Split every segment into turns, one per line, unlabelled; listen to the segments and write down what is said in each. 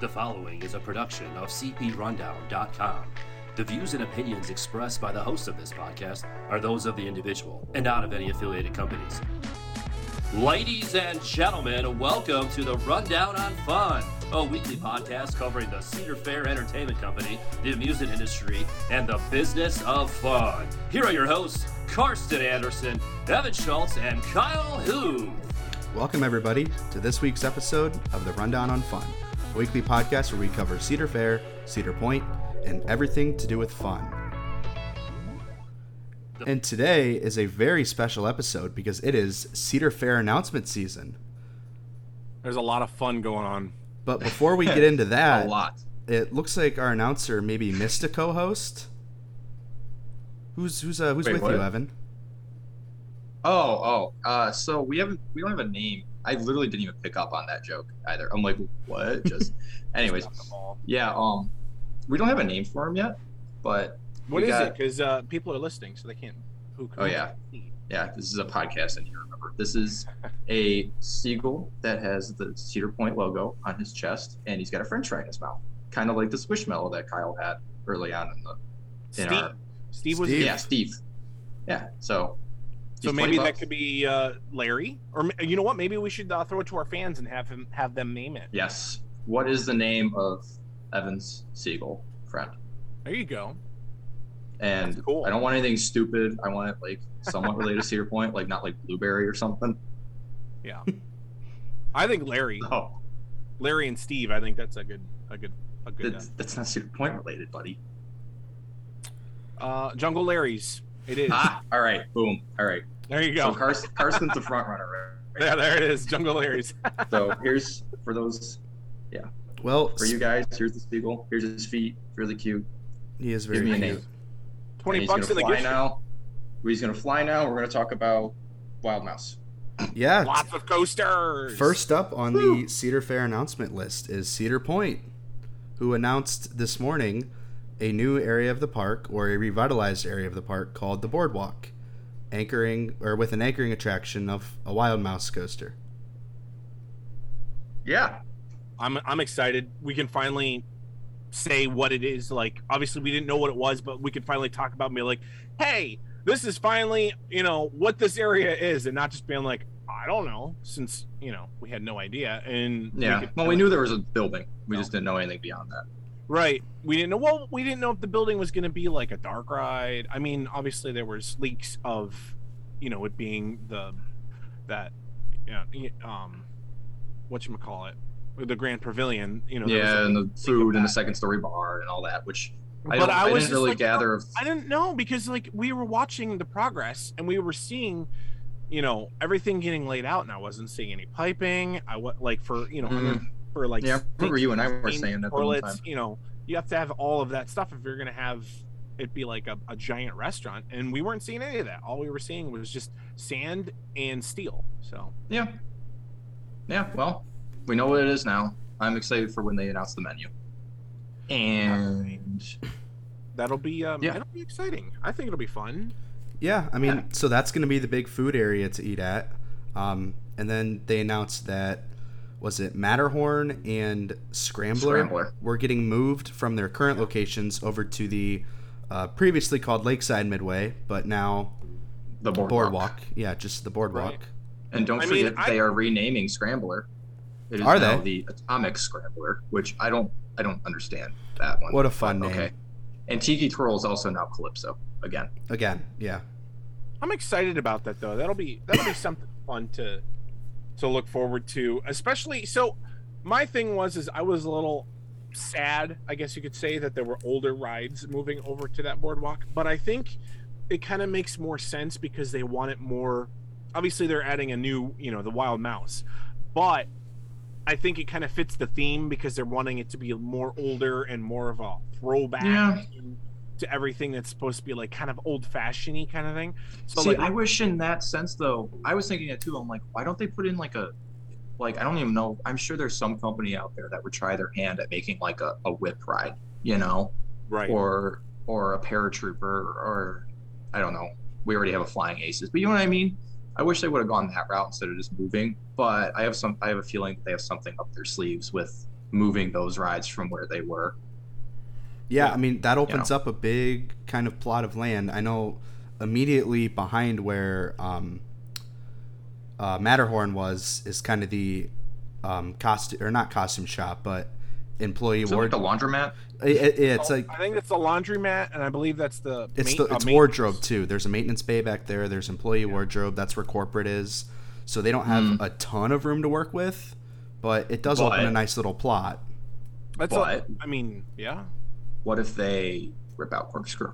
The following is a production of CPRundown.com. The views and opinions expressed by the hosts of this podcast are those of the individual and not of any affiliated companies. Ladies and gentlemen, welcome to the Rundown on Fun, a weekly podcast covering the Cedar Fair Entertainment Company, the amusement industry, and the business of fun. Here are your hosts, Karsten Anderson, Evan Schultz, and Kyle Huth.
Welcome, everybody, to this week's episode of the Rundown on Fun, a weekly podcast where we cover Cedar Fair, Cedar Point, and everything to do with fun. And today is a very special episode because it is Cedar Fair announcement season.
There's a lot of fun going on.
But before we get into that,
a lot.
it looks like our announcer maybe missed a co-host. Who's who's uh, who's
Wait,
with
what?
you, Evan?
Oh, oh. Uh, so we haven't. We don't have a name. I literally didn't even pick up on that joke either. I'm like, what? Just, anyways. Yeah. Um, we don't have a name for him yet, but
What
We
is
got-
it? Because uh, people are listening, so they can't. Who
Oh, yeah. yeah, this is a podcast, and you remember this is a seagull that has the Cedar Point logo on his chest, and he's got a French fry in his mouth, kind of like the squishmallow that Kyle had early on in the.
Steve.
In our-
Steve was.
Steve.
Yeah, Steve. Yeah. So.
So
he's
maybe
20
that
bucks.
could be uh, Larry, or ma- you know what? Maybe we should uh, throw it to our fans and have him have them name it.
Yes. What is the name of Evan's seagull friend?
There you go.
and
That's cool.
I don't want anything stupid. I want it like somewhat related to your point, like not like blueberry or something.
Yeah. I think Larry,
No,
Larry and Steve. I think that's a good, a good, a good.
that's, that's not Cedar Point related, buddy.
Uh, uh, Jungle Larry's. It is.
Ah, all right, boom, all right.
There you
So
go.
Carson, Carson's the front runner. Right?
Yeah, there it is. Jungle Larry's.
So here's for those
Well,
for you guys. Here's the seagull. Here's his feet. Really cute.
he is
Give
very
me a
cute.
name. And
Twenty
he's
bucks in the
gonna fly
gift. shop.
now. He's gonna fly now. We're gonna talk about wild mouse.
Yeah,
Lots of coasters.
First up on the Cedar Fair announcement list is Cedar Point, who announced this morning a new area of the park or a revitalized area of the park called the Boardwalk, anchoring or with an anchoring attraction of a wild mouse coaster.
Yeah,
I'm I'm excited. We can finally say what it is. Like obviously we didn't know what it was, but we can finally talk about and be like, hey, this is finally, you know, what this area is, and not just being like, I don't know, since you know, we had no idea. And
yeah.
could-
well, we knew there was a building. We
No.
just didn't know anything beyond that.
Right. We didn't know well, we didn't know if the building was gonna be like a dark ride. I mean, obviously there was leaks of you know, it being the that yeah, y- um whatchamacallit, the Grand Pavilion, you know, there was,
yeah,
like,
and the food and
that.
the second story bar and all that, which
But
I, don't,
I
I,
was
didn't
just
really
like, uh,
gather. Of,
I didn't know because like we were watching the progress and we were seeing, you know, everything getting laid out, and I wasn't seeing any piping. I what like for you know
Mhm.
for like
yeah, I remember
sinks,
you and I were
drains,
saying that the one time.
toilets. You know, you have to have all of that stuff if you're gonna have it be like a, a giant restaurant, and we weren't seeing any of that. All we were seeing was just sand and steel. So
Yeah, yeah. Well, we know what it is now. I'm excited for when they announce the menu. And
that'll be um,
Yeah.
that'll be exciting. I think it'll be fun.
Yeah, I mean,
Yeah.
so that's going to be the big food area to eat at. Um, and then they announced that was it Matterhorn and Scrambler,
Scrambler.
were getting moved from their current locations over to the uh, previously called Lakeside Midway, but now
the boardwalk.
boardwalk. Yeah, just the boardwalk.
Right.
And don't
I mean,
forget,
I-
they are renaming Scrambler. It is
Are
now
they?
the Atomic Scrambler? Which I don't, I don't understand that one.
What a fun name.
okay. And Tiki Twirl is also now Calypso again.
Again, yeah.
I'm excited about that though. That'll be that'll be something fun to to look forward to. Especially so my thing was is I was a little sad, I guess you could say, that there were older rides moving over to that boardwalk. But I think it kind of makes more sense because they want it more obviously they're adding a new, you know, the wild mouse. But I think it kind of fits the theme because they're wanting it to be more older and more of a throwback
Yeah.
to everything that's supposed to be like kind of old fashioned kind of thing. So
See,
like
I wish in that sense though. I was thinking it too. I'm like, why don't they put in like a, like I don't even know. I'm sure there's some company out there that would try their hand at making like a, a whip ride, you know,
right
or or a paratrooper or I don't know. We already have a flying aces, but you know what I mean. I wish they would have gone that route instead of just moving. But I have some. I have a feeling that they have something up their sleeves with moving those rides from where they were.
Yeah,
Yeah.
I mean that opens up a big kind of plot of land. I know immediately behind where um, uh, Matterhorn was is kind of the um, costume or not costume shop, but employee
Is it
ward.
like the laundromat?
It- it- it's
Oh,
like
I think that's the laundromat, and I believe that's the
it's
main-
the
uh,
it's
maintenance.
wardrobe too. There's a maintenance bay back there. There's employee wardrobe. That's where corporate is. So they don't have a ton of room to work with, but it does open
Hmm. But-
a nice little plot.
That's a-
But-
I mean, yeah.
What if they rip out Corkscrew?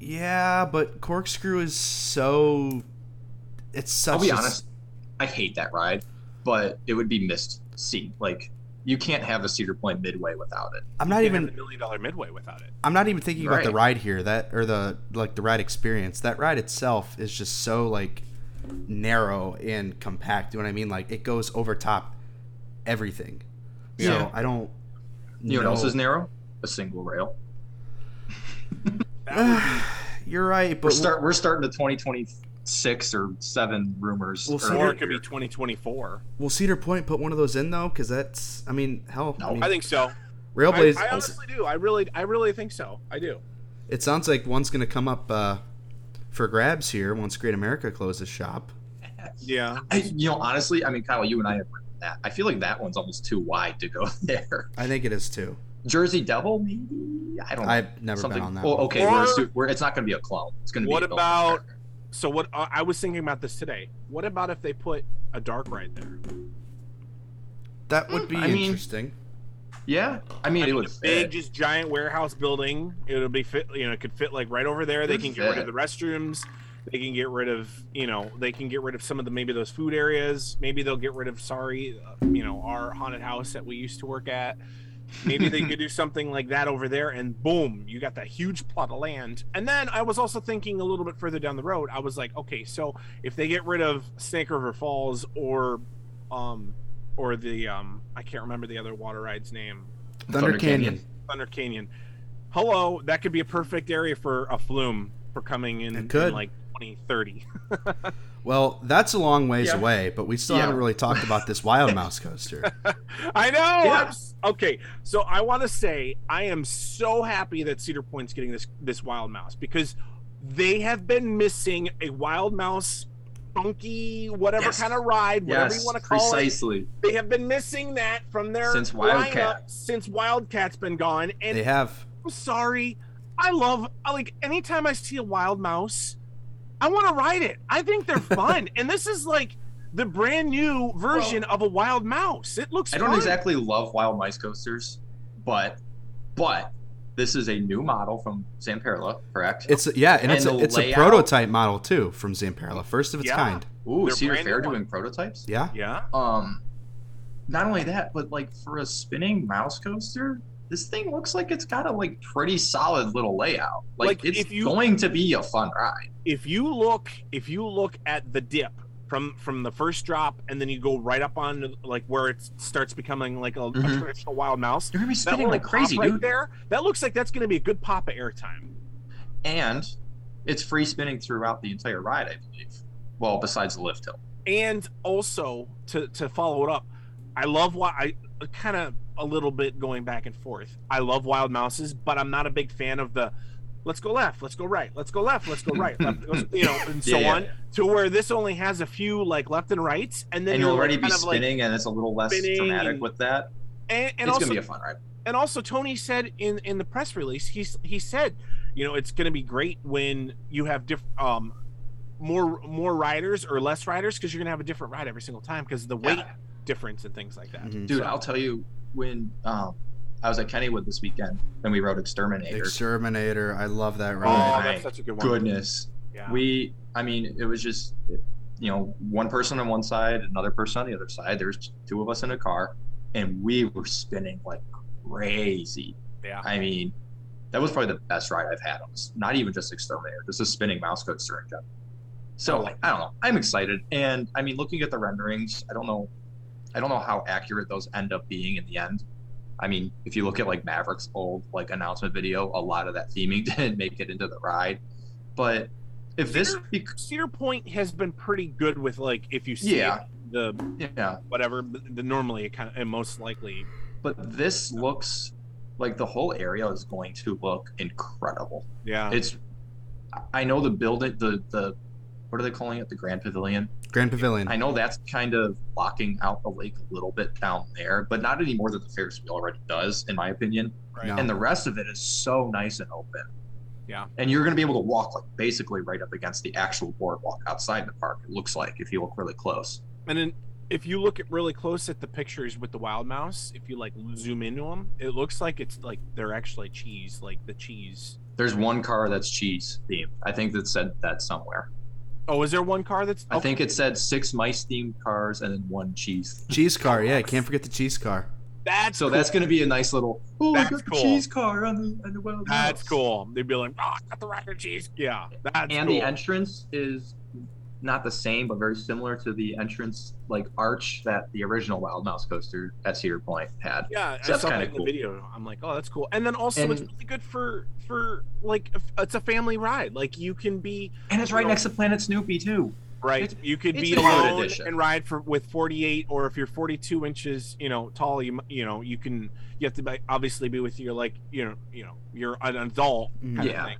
Yeah, but Corkscrew is so. It's such.
I'll be
a s-
honest, I hate that ride, but it would be missed seat. Like you can't have a Cedar Point Midway without it.
I'm not
Can't have the
even.
million dollar midway without it.
I'm not even thinking about the
Right.
ride here. That or the like the ride experience. That ride itself is just so like narrow and compact. You know what I mean? Like it goes over top everything.
Yeah.
So I don't.
You know what
know.
else is narrow? A single rail.
That would be,
You're right, but
We're start we're starting the 2026 or seven rumors.
Well,
or-
Cedar-
or it could be 2024.
will Cedar Point put one of those in though? Because that's. I mean, hell.
No.
I mean,
I think so. I,
Railblaze.
I honestly do. I really, I really think so. I do.
it sounds like one's going to come up uh, for grabs here once Great America closes shop.
Yeah.
I, you know, honestly, I mean, Kyle, you and I have written that. I feel like that one's almost too wide to go there.
I think it is too.
Jersey Devil, maybe. I don't. know.
I've never
Oh. Something.
been on that.
Oh,
one.
okay. we're
Or-
assu- we're- it's not going to be a clone. It's going to be.
What
a built
about-
character.
So what? uh, I I was thinking about this today. What about if they put a dark ride there?
That would be
I mean-
interesting.
Yeah, I mean,
I
it
mean,
would
a big,
fit.
just giant warehouse building. It'll be fit. You know, it could fit like right over there. They
Would
can get rid
fit.
of the restrooms. They can get rid of you know. They can get rid of some of the maybe those food areas. Maybe they'll get rid of sorry, uh, you know, our haunted house that we used to work at. Maybe they could do something like that over there, and boom, you got that huge plot of land. And then I was also thinking a little bit further down the road. I was like, okay, so if they get rid of Snake River Falls or, um, or the um, I can't remember the other water ride's name.
Thunder, Canyon.
Thunder Canyon. Hello, that could be a perfect area for a flume for coming in,
It could.
in like 2030.
Well, that's a long ways
Yeah.
away, but we still
Yeah.
haven't really talked about this Wild Mouse coaster.
I know.
Yeah.
I'm s- okay, so I want to say I am so happy that Cedar Point's getting this this wild mouse because they have been missing a wild mouse funky whatever
Yes.
kind of ride, whatever
Yes,
you want to call it.
precisely.
They have been missing that from their
Since
lineup
Wildcat.
since Wildcat's been gone and
they have.
I'm sorry. I love I like anytime I see a wild mouse, I want to ride it. I think they're fun, and this is like the brand new version of a wild mouse. It looks.
I don't
fun.
exactly love wild mice coasters, but but this is a new model from Zamperla, correct?
It's yeah, and,
And
it's a,
the
it's a
layout-
prototype model too from Zamperla, first of its
Yeah.
kind.
Ooh,
they're
Cedar
brand
Fair
new
doing prototypes.
Yeah.
Yeah.
Um, not only that, but like for a spinning mouse coaster, this thing looks like it's got a like pretty solid little layout. Like,
Like,
it's
if you-
going to be a fun ride.
If you look, if you look at the dip from from the first drop, and then you go right up on to, like where it starts becoming like a, a
Mhm.
traditional wild mouse.
You're gonna be
That
spinning
little
like crazy,
pop right
dude.
there. That looks like that's going to be a good pop at airtime.
And it's free spinning throughout the entire ride, I believe. Well, besides the lift hill.
and also to to follow it up i love why i kind of a little bit going back and forth i love wild mouses but i'm not a big fan of the let's go left let's go right let's go left let's go right left, let's- you know and so
Yeah, yeah,
on
yeah.
to where this only has a few like left and rights and then
And
you're
you'll already be
kind of like-
spinning, and it's a little less
spinning
dramatic
and-
with that.
and, and
it's
also
gonna be a fun ride.
and also Tony said in in the press release he's he said you know it's going to be great when you have diff um more more riders or less riders because you're going to have a different ride every single time because the weight
Yeah.
difference and things like that
Mhm.
Dude,
So-
I'll tell you when um, I was at Kennywood this weekend and we rode Exterminator.
Exterminator. I love that
oh
ride.
my
that's such a good one
Goodness,
yeah.
we. I mean, it was just, you know, one person on one side, another person on the other side. There's two of us in a car, and we were spinning like crazy.
yeah
I mean, that was probably the best ride I've had on this. Not even just Exterminator, just a spinning mouse coaster in general. So like, I don't know. I'm excited, and I mean, looking at the renderings, I don't know, I don't know how accurate those end up being in the end. I mean, if you look at like Maverick's old like announcement video, a lot of that theming didn't make it into the ride. But if this, bec-
Cedar Point has been pretty good with like if you see
Yeah.
it, the
Yeah,
whatever. But the, normally, it kind of and most likely,
but this looks like the whole area is going to look incredible.
yeah,
It's, I know the building, the the, what are they calling it? The Grand Pavilion.
Grand Pavilion.
I know that's kind of blocking out the lake a little bit down there, but not any more than the Ferris wheel already does, in my opinion.
right.
No.
And the rest of it is so nice and open.
Yeah.
And you're going to be able to walk like basically right up against the actual boardwalk outside the park. It looks like if you look really close.
And then if you look at really close at the pictures with the wild mouse, if you like zoom into them, it looks like it's like they're actually cheese, like the cheese.
There's one car that's cheese themed. I think that said that somewhere.
Oh, is there one car that's?
I think it said six mice themed cars and then one cheese.
Cheese car. Yeah, can't forget the cheese car.
that's
So that's going to be a nice little. Oh, I
That's
got the
cool.
cheese car on the on the wild
That's
Mouse."
cool. They'd be like, oh, I got the rocket cheese. Yeah, that's
and
cool.
the entrance is not the same but very similar to the entrance like arch that the original wild mouse coaster at cedar point had
Yeah,
So
I
that's
saw that
kinda
in
cool.
the video. I'm like, oh, that's cool. And then also, it's
And-
really good for for like if- it's a family ride. Like you can be
and it's right next to planet snoopy too
right.
It's-
you could
it's
be
a limited
alone
edition.
and ride for with 48, or if you're 42 inches, you know, tall, you m- you know, you can you have to be, obviously be with your like you know you know you're an adult
Mhm.
kind
Mm-hmm. Yeah.
of thing,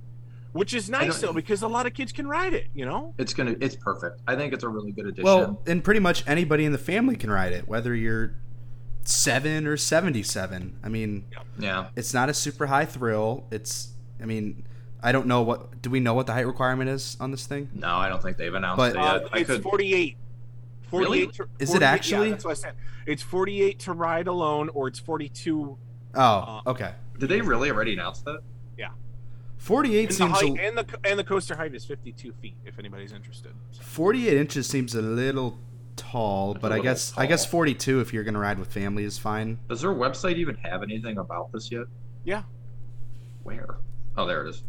which is
I
nice
don't-
though because a lot of kids can ride it. You know,
it's gonna it's perfect i think it's a really good addition
Well, and pretty much anybody in the family can ride it, whether you're seven or seventy-seven. I mean,
yeah
it's not a super high thrill. It's, I mean, I don't know what. Do we know what the height requirement is on this thing?
no i don't think they've announced
But-
it yet
Uh,
i
it's
could
48. 48
Really?
to-
Is it
48 yeah,
actually?
that's what I said. It's 48 to ride alone, or it's 42
Oh,
Uh,
okay.
did they really already announce that
Forty-eight
And the,
seems.
height,
A,
and the and the coaster height is 52 feet. If anybody's interested,
Forty-eight inches seems a little tall,
It's a
but I
little
guess I guess
tall.
forty-two if you're gonna ride with family is fine.
does their website even have anything about this yet
Yeah.
where oh there it is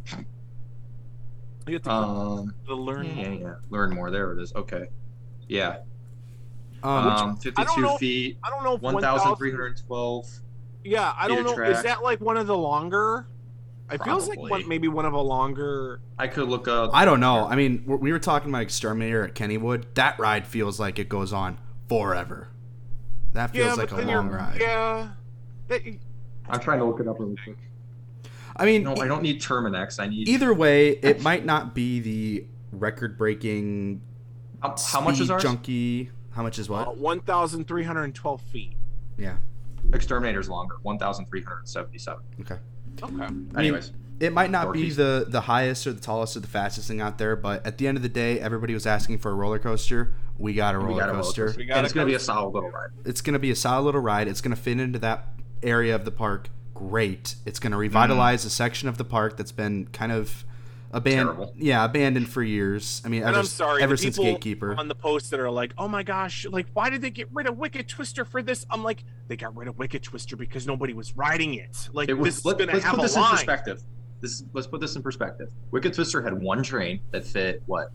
you have to, click
um
to learn.
yeah
more.
yeah learn more there it is okay yeah
Um,
um
I don't
52
know-
feet
I don't know if 1,000
1312
Yeah, I don't
feet
know. Is
of track.
that like one of the longer? It feels like one,
Probably.
maybe one of a longer.
I could look up.
I don't know. I mean, we- we were talking about Exterminator at Kennywood. That ride feels like it goes on forever. That feels
yeah,
like
but
a
then
long
you're,
ride.
Yeah. That-
I'm trying to look it up really quick.
I mean, e,
No, I don't need Terminex. I need.
either way, it might not be the record-breaking.
How, how much is
speed
ours?
Junkie. How much is what?
Oh.
uh, 1,312 feet.
Yeah.
Exterminator's longer, 1,377.
Okay.
Okay.
I mean,
Anyways,
it might not be
Northeast.
the the highest or the tallest or the fastest thing out there, but at the end of the day, everybody was asking for a roller coaster. We got a roller,
we got a roller
coaster.
coaster.
We got
And it's
a
going to be a
coaster.
solid little ride.
It's gonna be a solid little ride. It's gonna fit into that area of the park. Great. It's
Mm-hmm.
gonna revitalize a section of the park that's been kind of abandoned.
Terrible.
Yeah, abandoned for years. I mean,
And
ever,
I'm sorry.
ever
the
since
people
Gatekeeper.
on the post that are like, "Oh my gosh! Like, why did they get rid of Wicked Twister for this?" I'm like, they got rid of Wicked Twister because nobody was riding it. Like,
It
this
was,
is
let,
gonna
us
have
put
a
this in
line.
perspective. This, let's put this in perspective. Wicked Twister had one train that fit, what,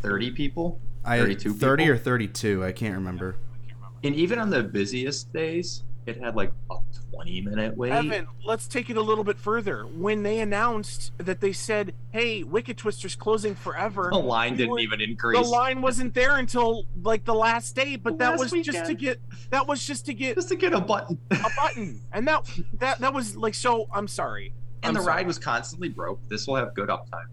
30 people?
I
32
thirty
people?
or thirty-two. I can't remember.
I can't remember.
And even on the busiest days, it had like a 20 minute wait.
Evan, let's take it a little bit further. When they announced that they said, "Hey, Wicked Twister's closing forever,"
the line didn't
were-
even
the
increase.
line wasn't there until like the last day. But that was
Last
just to
weekend.
get that was just to get
Just to get a button.
a button, and that that that was like so. I'm sorry.
and
I'm
the
sorry.
ride was constantly broke. This will have good uptime.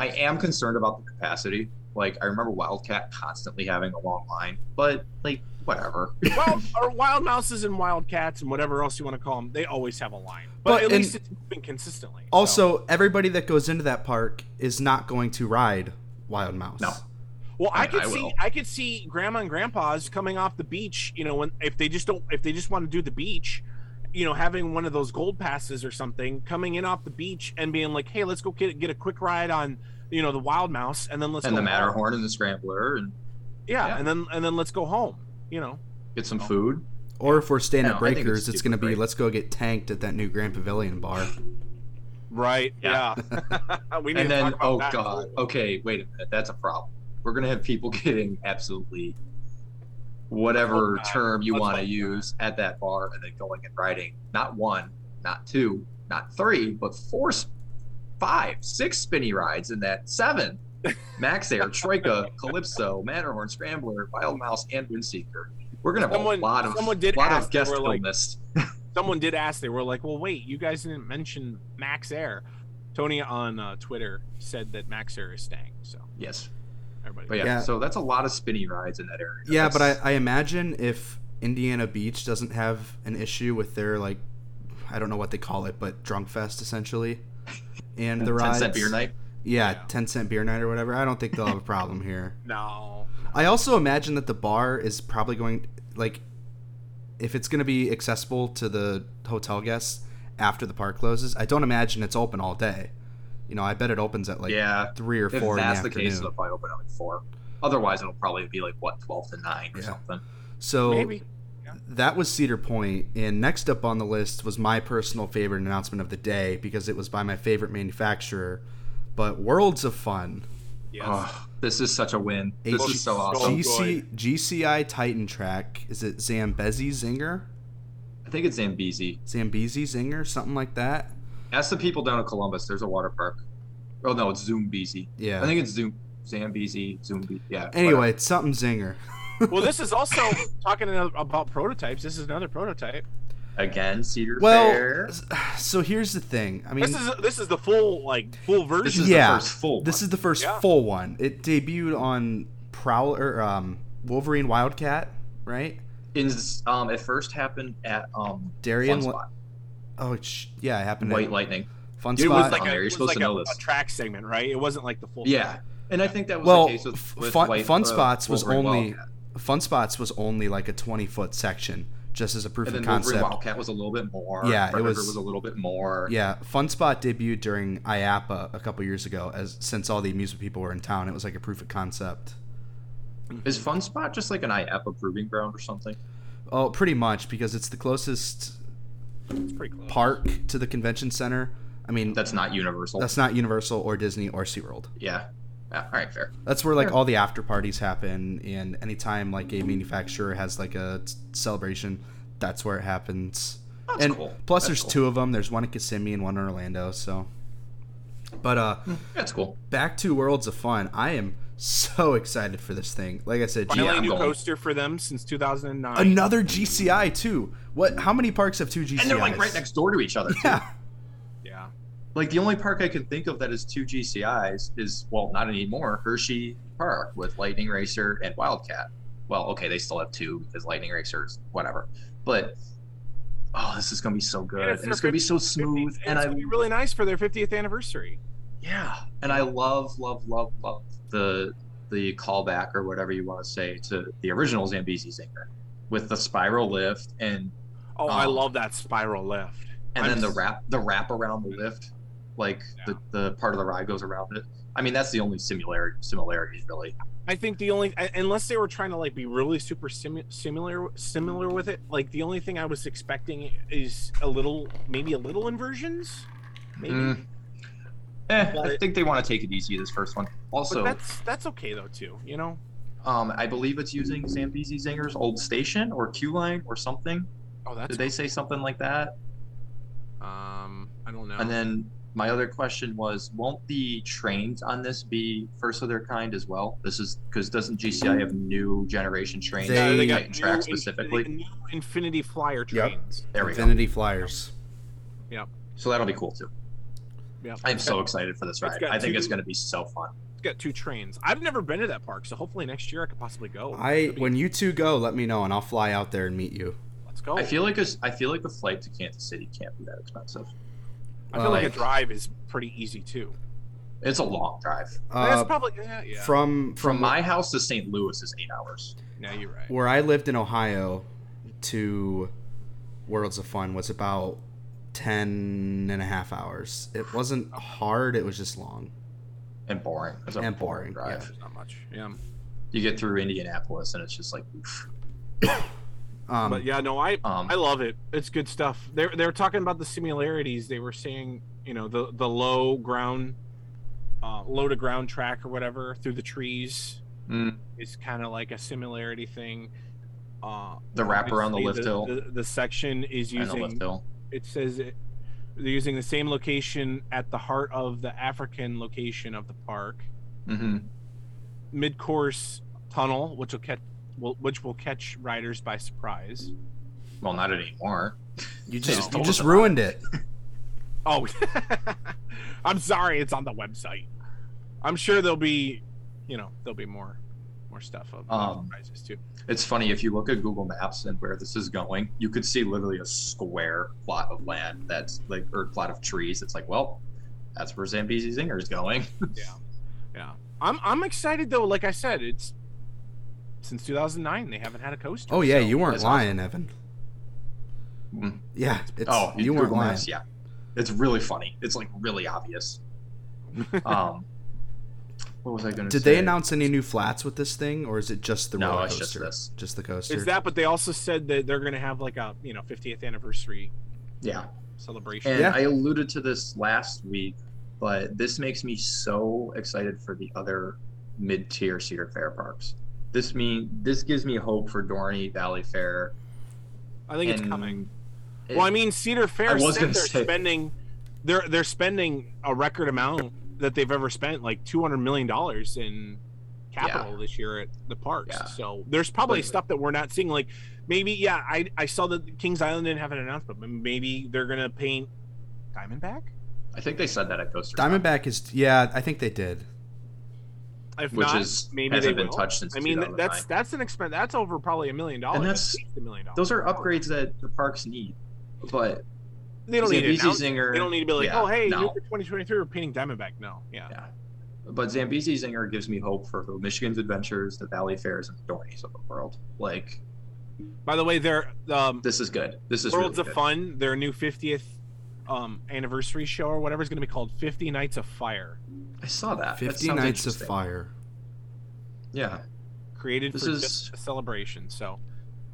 I
Yes.
am concerned about the capacity. Like I remember Wildcat constantly having a long line, but like whatever.
well, or wild mouses and wild cats and whatever else you want to call them, they always have a line. But,
But-
at
and-
least it's moving consistently. so.
Also, everybody that goes into that park is not going to ride Wild Mouse.
No.
well, I
I-
could
I
see
will.
I could see grandma and grandpas coming off the beach. You know, when if they just don't if they just want to do the beach, you know, having one of those gold passes or something, coming in off the beach and being like, hey, let's go get get a quick ride on you know the wild mouse, and then let's
and
go
the
home."
Matterhorn and the Scrambler, and
Yeah,
Yeah.
and then and then let's go home. You know,
get
Oh.
some food.
Or if we're staying
No,
at
I think it's
Breakers, it's,
stupid,
going to be
right?
let's go get tanked at that new Grand Pavilion bar.
right?
Yeah.
Yeah. we need
And
to
then
talk about
oh
that,
god,
too.
okay, wait a minute, that's a problem. We're gonna have people getting absolutely
Oh,
whatever
God.
term you
Let's
want to
hope
use at that bar, and then going and riding not one, not two, not three, but four, s- five, six spinny rides in that seven. Max Air, Troika, Calypso, Matterhorn, Scrambler, Wild Mouse, and Windseeker. We're gonna have
Someone-
a lot of
someone did
lot
ask
of
if
guests
we're,
on
like-
this.
Someone did ask. They were like, "Well, wait, you guys didn't mention Max Air." Tony on uh, Twitter said that Max Air is staying. So
Yes,
everybody,
but yeah,
Yeah.
so that's a lot of spinny rides in that area.
Yeah, but I,
That's-
I imagine if Indiana Beach doesn't have an issue with their like, I don't know what they call it, but drunk fest essentially, and the
ten
rides.
cent beer night.
Yeah,
Yeah.
ten cent beer night or whatever. I don't think they'll have a problem here.
no,
I also imagine that the bar is probably going like, if it's going to be accessible to the hotel guests after the park closes, I don't imagine it's open all day. You know, I bet it opens at like
yeah,
three or
if
four in the
that's the,
afternoon.
case, it'll probably open up at four. Otherwise, it'll probably be like what twelve to nine or
Yeah.
something.
so
maybe.
that was Cedar Point, and next up on the list was my personal favorite announcement of the day because it was by my favorite manufacturer, but Worlds of Fun,
Yes.
Oh, this is such a win.
A
This is so awesome.
GC, GCI Titan Track. Is it Zambezi Zinger,
I think it's Zambezi.
Zambezi Zinger, something like that?
Ask the people down in Columbus. There's a water park. Oh no, it's Zoombezi.
Yeah.
I think it's Zoom Zambezi, Zoombezi. Yeah.
anyway, it's something Zinger.
well, this is also talking about prototypes. This is another prototype.
whatever. again, Cedar
Well,
Fair.
so here's the thing. I mean,
This is this is the full like full
This
version.
is
yeah,
the first full.
This
one.
is the first
Yeah.
full one. It debuted on Prowler, um, Wolverine Wildcat, right?
is um it first happened at um
Darien.
Fun
wa-
Spot,
Oh, sh- yeah, it happened.
White
at
Lightning.
Fun
It
spot.
was like
a,
You're
it was
supposed to
like a-
know this.
a track segment, right? It wasn't like the full.
Yeah. And I think that was
Well,
the case with,
f-
with
fun,
White,
fun
uh,
spots was
Wolverine
only
Wildcat.
fun spots was only like a twenty foot section, just as a proof
and
of
then
concept.
Wolverine Wildcat was a little bit more.
Yeah, it
Red River
was-
was a little bit more.
Yeah, Fun Spot debuted during IAPA a couple years ago, as since all the amusement people were in town, it was like a proof of concept.
Is Fun Spot just like an IAPA proving ground or something?
Oh, pretty much because it's the closest
It's pretty close.
park to the convention center. I mean,
That's not Universal.
that's not Universal or Disney or SeaWorld.
yeah. yeah. All right, fair.
That's where like
Sure.
all the after parties happen, and anytime like a manufacturer has like a s- celebration, that's where it happens.
That's
and
cool.
plus,
That's
there's
cool.
two of them. There's one in Kissimmee and one in Orlando. So, but uh,
That's cool.
back to Worlds of Fun. I am so excited for this thing. Like I said, G-
Finally,
Yeah,
a
I'm
new
going.
coaster for them since 2009.
another GCI too. What? How many parks have two GCIs?
And they're like right next door to each other. Too.
Yeah,
yeah.
Like the only park I can think of that is two GCIs is well, not anymore. Hershey Park with Lightning Racer and Wildcat. Well, okay, they still have two because Lightning Racers, whatever. But oh, this is gonna be so good,
And it's
and
their
it's gonna be so
50
smooth.
it's
And I
gonna be really nice for their 50th anniversary.
yeah, and I love, love, love, love the the callback or whatever you want to say to the original Zambezi Zinger with the spiral lift and
Oh, I
Oh.
love that spiral lift.
and
I'm
then the
s-
wrap the wrap around the lift like
Yeah.
the, the part of the ride goes around it i mean that's the only similarity similarities really
I think the only I- unless they were trying to like be really super simu- similar similar with it, like the only thing I was expecting is a little maybe a little inversions. Maybe.
Mm. Eh, i
But-
think they want to take it easy this first one
But
also
that's that's okay though too, you know.
um i believe it's using zambezi zinger's old station or q line or something
Oh, that's
did they say something like that
um I don't know.
and then my other question was won't the trains on this be first of their kind as well this is because doesn't gci have new generation trains
They-
on
Yeah, they got
Titan uh, track
new
specifically
Infinity, new Infinity Flyer
Yep.
trains.
there we go
Infinity Flyers.
So that'll be cool too.
Yeah.
I'm so excited for this
It's
ride.
got
I think
two-
it's going to be so fun.
It's got two trains. I've never been to that park, so hopefully next year I could possibly go.
I when you two go, let me know and I'll fly out there and meet you.
Let's
Oh.
go.
I feel like it's, I feel like the flight to Kansas City can't be that expensive.
I feel like a
like-
drive is pretty easy too.
It's a long drive.
Uh,
that's probably yeah, yeah.
From
From
from
my house to St. Louis is eight hours.
no, you're right.
where I lived in Ohio to Worlds of Fun was about 10 and a half hours. It wasn't hard, it was just long.
And boring. It's a
And boring,
drive.
There's not much. Yeah.
You get through Indianapolis and it's just like, oof.
Um,
but yeah, no, I
um,
I love it. It's good stuff. They're they're talking about the similarities. They were saying, you know, the the low ground, uh, low to ground track or whatever through the trees
mm,
is kind of like a similarity thing. Uh,
the wrap around the
obviously
lift hill
The, the section is
and the lift
using.
hill.
It says it, they're using the same location at the heart of the African location of the park.
hmm
mid-course tunnel, which will catch will, which will catch riders by surprise.
Well, not anymore.
You
just
just you
told
just
us.
ruined it.
Oh, I'm sorry, it's on the website. I'm sure there'll be, you know, there'll be more, more stuff of
Um,
surprises too.
It's funny if you look at Google Maps and where this is going, you could see literally a square plot of land that's like or plot of trees. It's like, well, that's where Zambezi Zinger is going.
Yeah, I'm I'm excited though. Like I said, it's since 2009 they haven't had a coaster.
Oh yeah,
so-
you weren't
That's
lying, Evan.
Mm.
Yeah, it's,
oh,
you weren't
Google
lying.
Maps, yeah, it's really funny. It's like really obvious. um, what was I going to?
Did they announce any new flats with this thing, or is it just the
No,
roller
it's
coaster?
just this.
Just the coaster.
It's that, but they also said that they're gonna have like a you know 50th anniversary
Yeah,
celebration.
And
Yeah.
I alluded to this last week, but this makes me so excited for the other mid-tier Cedar Fair parks. This mean this gives me hope for Dorney Valley Fair.
I think it's
and-
coming.
and-
Well, I mean, Cedar Fair
I was
said
gonna
they're
say-
spending they're they're spending a record amount that they've ever spent, like two hundred million dollars in capital this year at the parks.
Yeah.
So there's probably
But-
stuff that we're not seeing. Like maybe, yeah, I I saw that Kings Island didn't have an announcement, but maybe they're gonna paint Diamondback.
I think they said that at Coaster. Con,
Diamondback is yeah, I think they did.
If
which
not,
is
maybe
hasn't
they
been
will.
touched since
I mean, th-
2009.
that's that's an expense. That's over probably a million dollars.
that's-
at least a million dollars.
those are upgrades that the parks need. But
They don't need to
Zambezi
announce it.
Zinger,
They don't need to be like,
yeah,
oh hey,
no.
new for 2023, we're painting Diamondback. No, yeah.
Yeah. but Zambezi Zinger gives me hope for the Michigan's Adventures, the Valley Fairs, and the Dorneys of the world. Like
By the way, they're um,
this is good. This is
Worlds
really
of
good.
Fun, their new 50th um, anniversary show or whatever is going to be called 50 Nights of Fire,
I saw that. That
Fifty
sounds
Nights of
interesting.
Fire.
Yeah.
created
This
for
is-
just a celebration. So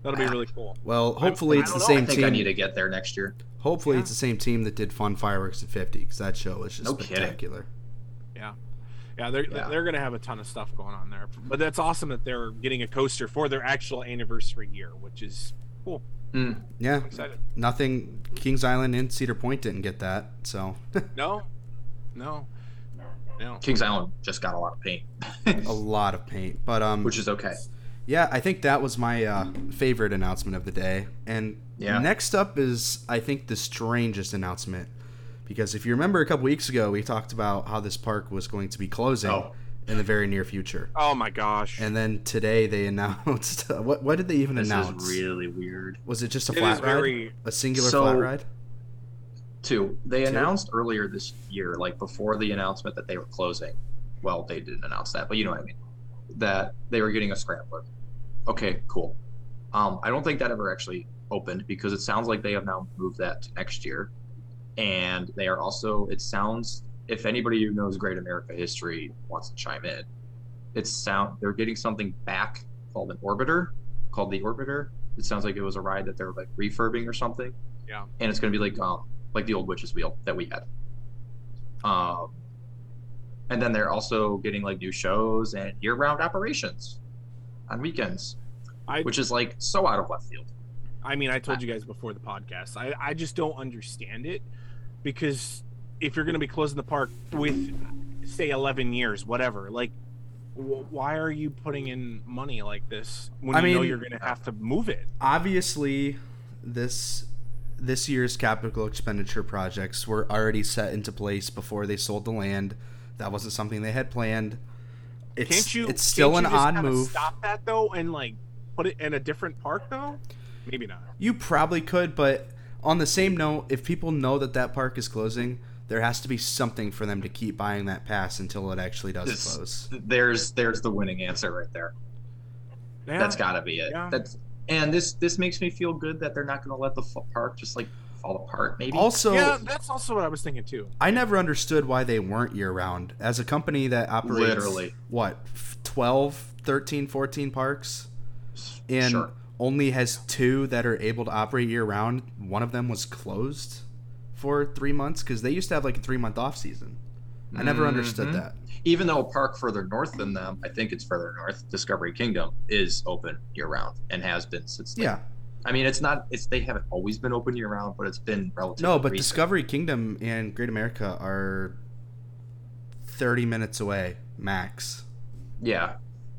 that'll be really cool.
Well, hopefully
I
it's the
don't know,
I
same
think I
team.
need to get there next year.
Hopefully
Yeah.
it's the same team that did Fun Fireworks at 50 because that show was just
No kidding.
spectacular.
Yeah, they're
Yeah.
they're going to have a ton of stuff going on there. But that's awesome that they're getting a coaster for their actual anniversary year, which is
Yeah,
Mm,
I'm excited.
nothing. Kings Island and Cedar Point didn't get that, so
No, no, no.
Kings Island just got a lot of paint,
a lot of paint. But um,
which is okay.
yeah, I think that was my uh, favorite announcement of the day. And
Yeah.
next up is I think the strangest announcement because if you remember a couple weeks ago, we talked about how this park was going to be closing
Oh.
in the very near future.
Oh my gosh.
And then today they announced uh, what? What did they even
This
announce?
is really weird.
Was it just a
it
flat
is
ride?
very
A singular
So-
flat ride?
Two, they
Two?
announced earlier this year, like before the announcement that they were closing. Well, they didn't announce that, but you know what I mean. That they were getting a scrambler. Okay, cool. Um, I don't think that ever actually opened because it sounds like they have now moved that to next year, and they are also. It sounds, if anybody who knows Great America history wants to chime in, it's sound they're getting something back called an orbiter, called the orbiter. It sounds like it was a ride that they were like refurbing or something.
Yeah.
And it's gonna be like um like the old witch's wheel that we had. Um and then they're also getting like new shows and year round operations on weekends.
I-
which is like so out of left field.
I mean, I told you guys before the podcast. I, I just don't understand it because if you're going to be closing the park with say 11 years, whatever, like wh- why are you putting in money like this when
I
you know
mean-
you're going to have to move it?
obviously this this year's capital expenditure projects were already set into place before they sold the land. That wasn't something they had planned. It's,
can't you?
It's still
can't
an
you just
odd
kinda
move.
Stop that though, and like put it in a different park though. Maybe not.
You probably could, but on the same note, if people know that that park is closing, there has to be something for them to keep buying that pass until it actually does
It's-
close.
There's there's the winning answer right there.
Yeah.
That's got to be it.
Yeah.
That's and this this makes me feel good that they're not going to let the f- park just like fall apart. Maybe
Also,
yeah, that's also what I was thinking too.
I never understood why they weren't year round. As a company that operates
Literally.
what, f- 12, 13, 14 parks and
Sure.
only has two that are able to operate year round, one of them was closed for 3 months cuz they used to have like a 3 month off season. I never understood
Mhm.
that.
even though a park further north than them, I think it's further north, Discovery Kingdom is open year round and has been since. like-
Yeah.
I mean, it's not. It's they haven't always been open year round, but it's been relatively.
No, but
recent.
Discovery Kingdom and Great America are 30 minutes away max.
Yeah,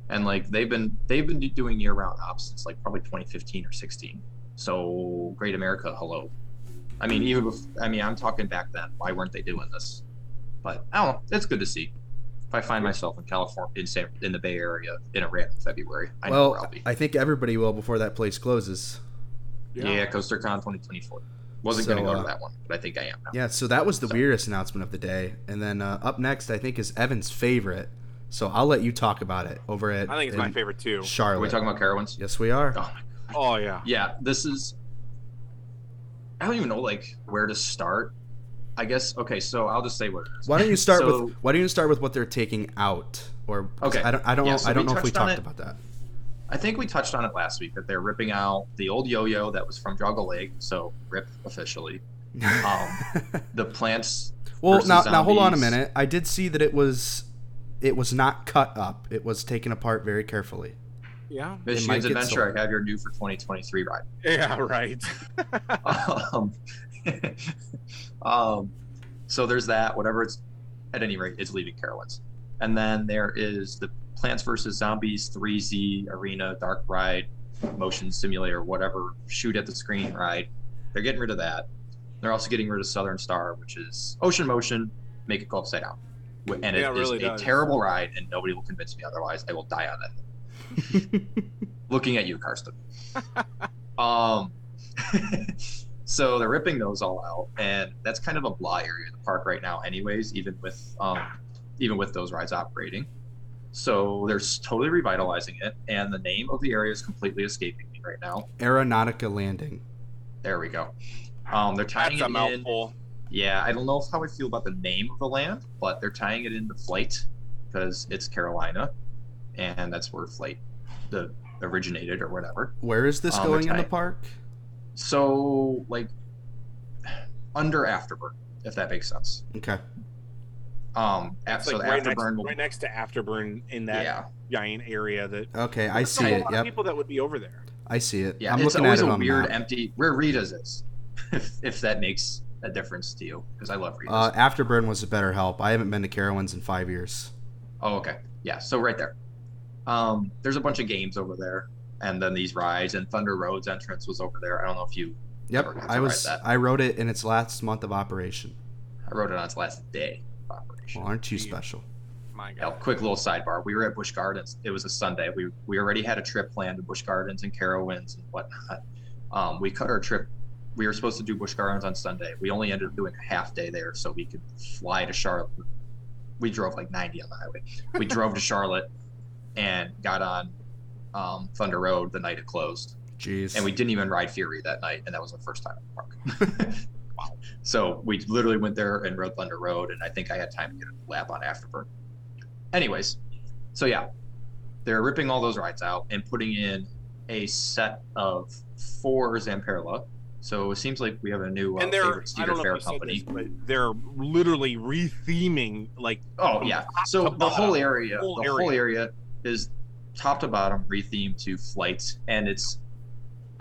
and like they've been they've been doing year round ops since like probably 2015 or 16. So Great America, hello. I mean, even before, I mean, I'm talking back then. Why weren't they doing this? But I don't know. It's good to see. If I find myself in California, in, San, in the Bay Area, in a random February, I know where I'll
well,
be.
I think everybody will before that place closes.
yeah, CoasterCon 2024. Wasn't
So,
going to go
uh,
to that one, but I think I am now.
Yeah, so that was the
So-
weirdest announcement of the day. And then uh, up next, I think, is Evan's favorite. So I'll let you talk about it over at
I think it's my
in
favorite too.
Are
Charlotte.
we talking about Carowinds?
yes, we are.
Oh my
Oh yeah.
yeah this is i don't even know like where to start i guess okay so i'll just say what it is
Why don't you start
So-
with Why don't you start with what they're taking out? Or 'cause
Okay.
I don't I don't
Yeah,
know,
so
I don't
we
know if we
touched on
talked
it.
about that.
i think we touched on it last week that they're ripping out the old yo-yo that was from joggle lake so rip officially um the plants
well,
versus
now now hold on a
zombies.
minute. I did see that it was it was not cut up. It was taken apart very carefully.
Yeah.
might
michigan's
get
adventure
sold.
i have your new for 2023 ride
Yeah. Right.
um, um, so there's that. Whatever it's at any rate, it's leaving Carowinds. And then there is the Plants vs Zombies 3Z Arena Dark Ride Motion Simulator, whatever shoot at the screen ride. They're getting rid of that. They're also getting rid of Southern Star, which is Ocean Motion. Make it go upside down, Wh- and
Yeah, it
it is
really
a
does.
terrible ride, and nobody will convince me otherwise. I will die on that. Looking at you, Karsten. um, so they're ripping those all out, and that's kind of a blah area of the park right now, anyways. Even with um, even with those rides operating, so they're s- totally revitalizing it, and the name of the area is completely escaping me right now.
Aeronautica landing.
There we go. Um, they're tying
That's a
it in.
mouthful.
Yeah, I don't know how I feel about the name of the land, but they're tying it into Flight because it's Carolina, and that's where Flight the originated or whatever.
Where is this
Um,
going in
it's
the
not-
park?
So like under Afterburn, if that makes sense.
Okay.
Um, af-
It's
so
like
the
right, next,
Afterburn will
right next to Afterburn in that
yeah,
giant area that
Okay, I
There's a
see
whole
it.
lot of
Yep.
people that would be over there.
I see it.
yeah.
I'm
it's
looking
always
at it
a
on the
weird,
map.
empty where Rita's is, if, if that makes a difference to you, because I love Rita's.
Uh, Afterburn was a better help. I haven't been to Carowinds in five years.
Oh, okay. Yeah. So right there. Um, there's a bunch of games over there, and then these rides and Thunder Road's entrance was over there. I don't know if you.
Yep,
Never got to
I
ride
was.
that.
I wrote it in its last month of operation.
I wrote it on its last day of
Well,
operation.
aren't you
Jeez.
special?
My
Yeah,
God.
quick little sidebar. We were at Busch Gardens. It was a Sunday. We we already had a trip planned to Busch Gardens and Carowinds and whatnot. Um, we cut our trip. We were supposed to do Busch Gardens on Sunday. We only ended up doing a half day there so we could fly to Charlotte. We drove like 90 on the highway. We drove to Charlotte and got on um, Thunder Road the night it closed
Jeez.
and we didn't even ride Fury that night, and that was the first time in the park. wow. So we literally went there and rode Thunder Road, and I think I had time to get a lap on Afterburn. Anyways, so yeah, they're ripping all those rides out and putting in a set of four Zamperla. So it seems like we have a new uh,
And they're
favorite
I
Cedar
don't know
Fair
if you said
company.
this, but they're literally retheming like
Oh
From
yeah.
top
So
to
the whole
bottom.
area,
Whole
the whole area is top to bottom rethemed to flights, and it's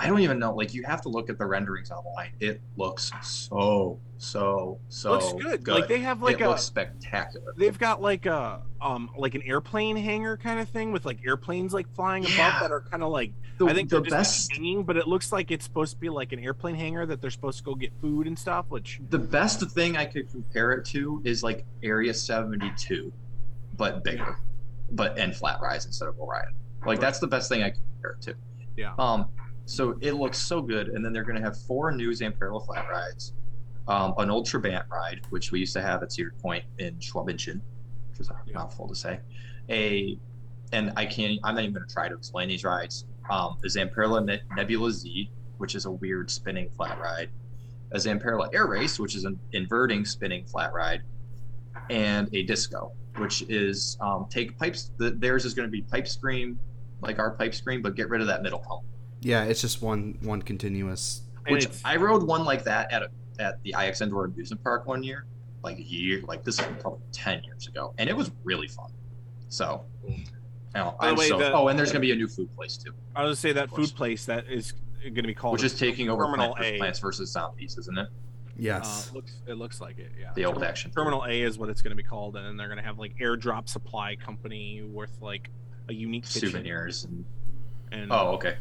I don't even know. Like you have to look at the renderings online. It looks so so so
looks good. Like they have like
it
a
looks spectacular.
they've got like a um like an airplane hangar kind of thing with like airplanes like flying
Yeah.
above that are kind of like
The,
I think
the
they're just like,
best
hanging, but it looks like it's supposed to be like an airplane hangar that they're supposed to go get food and stuff. Which
the best thing I could compare it to is like Area 72, but bigger, but and flat rise instead of Orion. Like that's the best thing I could compare it to.
Yeah.
Um. So it looks so good, and then they're gonna have four new Zamperla flat rides, um, an old Trabant ride, which we used to have at Cedar Point in Schwabingen, which is a
Yeah.
mouthful to say. A, and I can't. I'm not even gonna try to explain these rides. Um, the Zamperla Ne- Nebula Z, which is a weird spinning flat ride a Zamperla Air Race, which is an inverting spinning flat ride, and a disco, which is um, take pipes. The, theirs is going to be pipe scream, like our pipe scream, but get rid of that middle pump.
yeah, it's just one one continuous.
and
Which
it's-
I rode one like that at a, at the IX Indoor Amusement Park one year, like a year, like this is probably ten years ago, and it was really fun. So, you know,
Mm. By the
I'm
way,
so-
the-
oh, and there's going to be a new food place too,
I was gonna say that
course.
food place that is going to be called
which is taking over
Terminal
Plants,
A.
Plants versus Zombies, isn't it?
Yes.
Uh, looks it looks like it. Yeah.
The old action.
Terminal A is what it's going to be called, and then they're going to have like airdrop supply company worth like a unique kitchen
souvenirs. And,
And
oh, okay.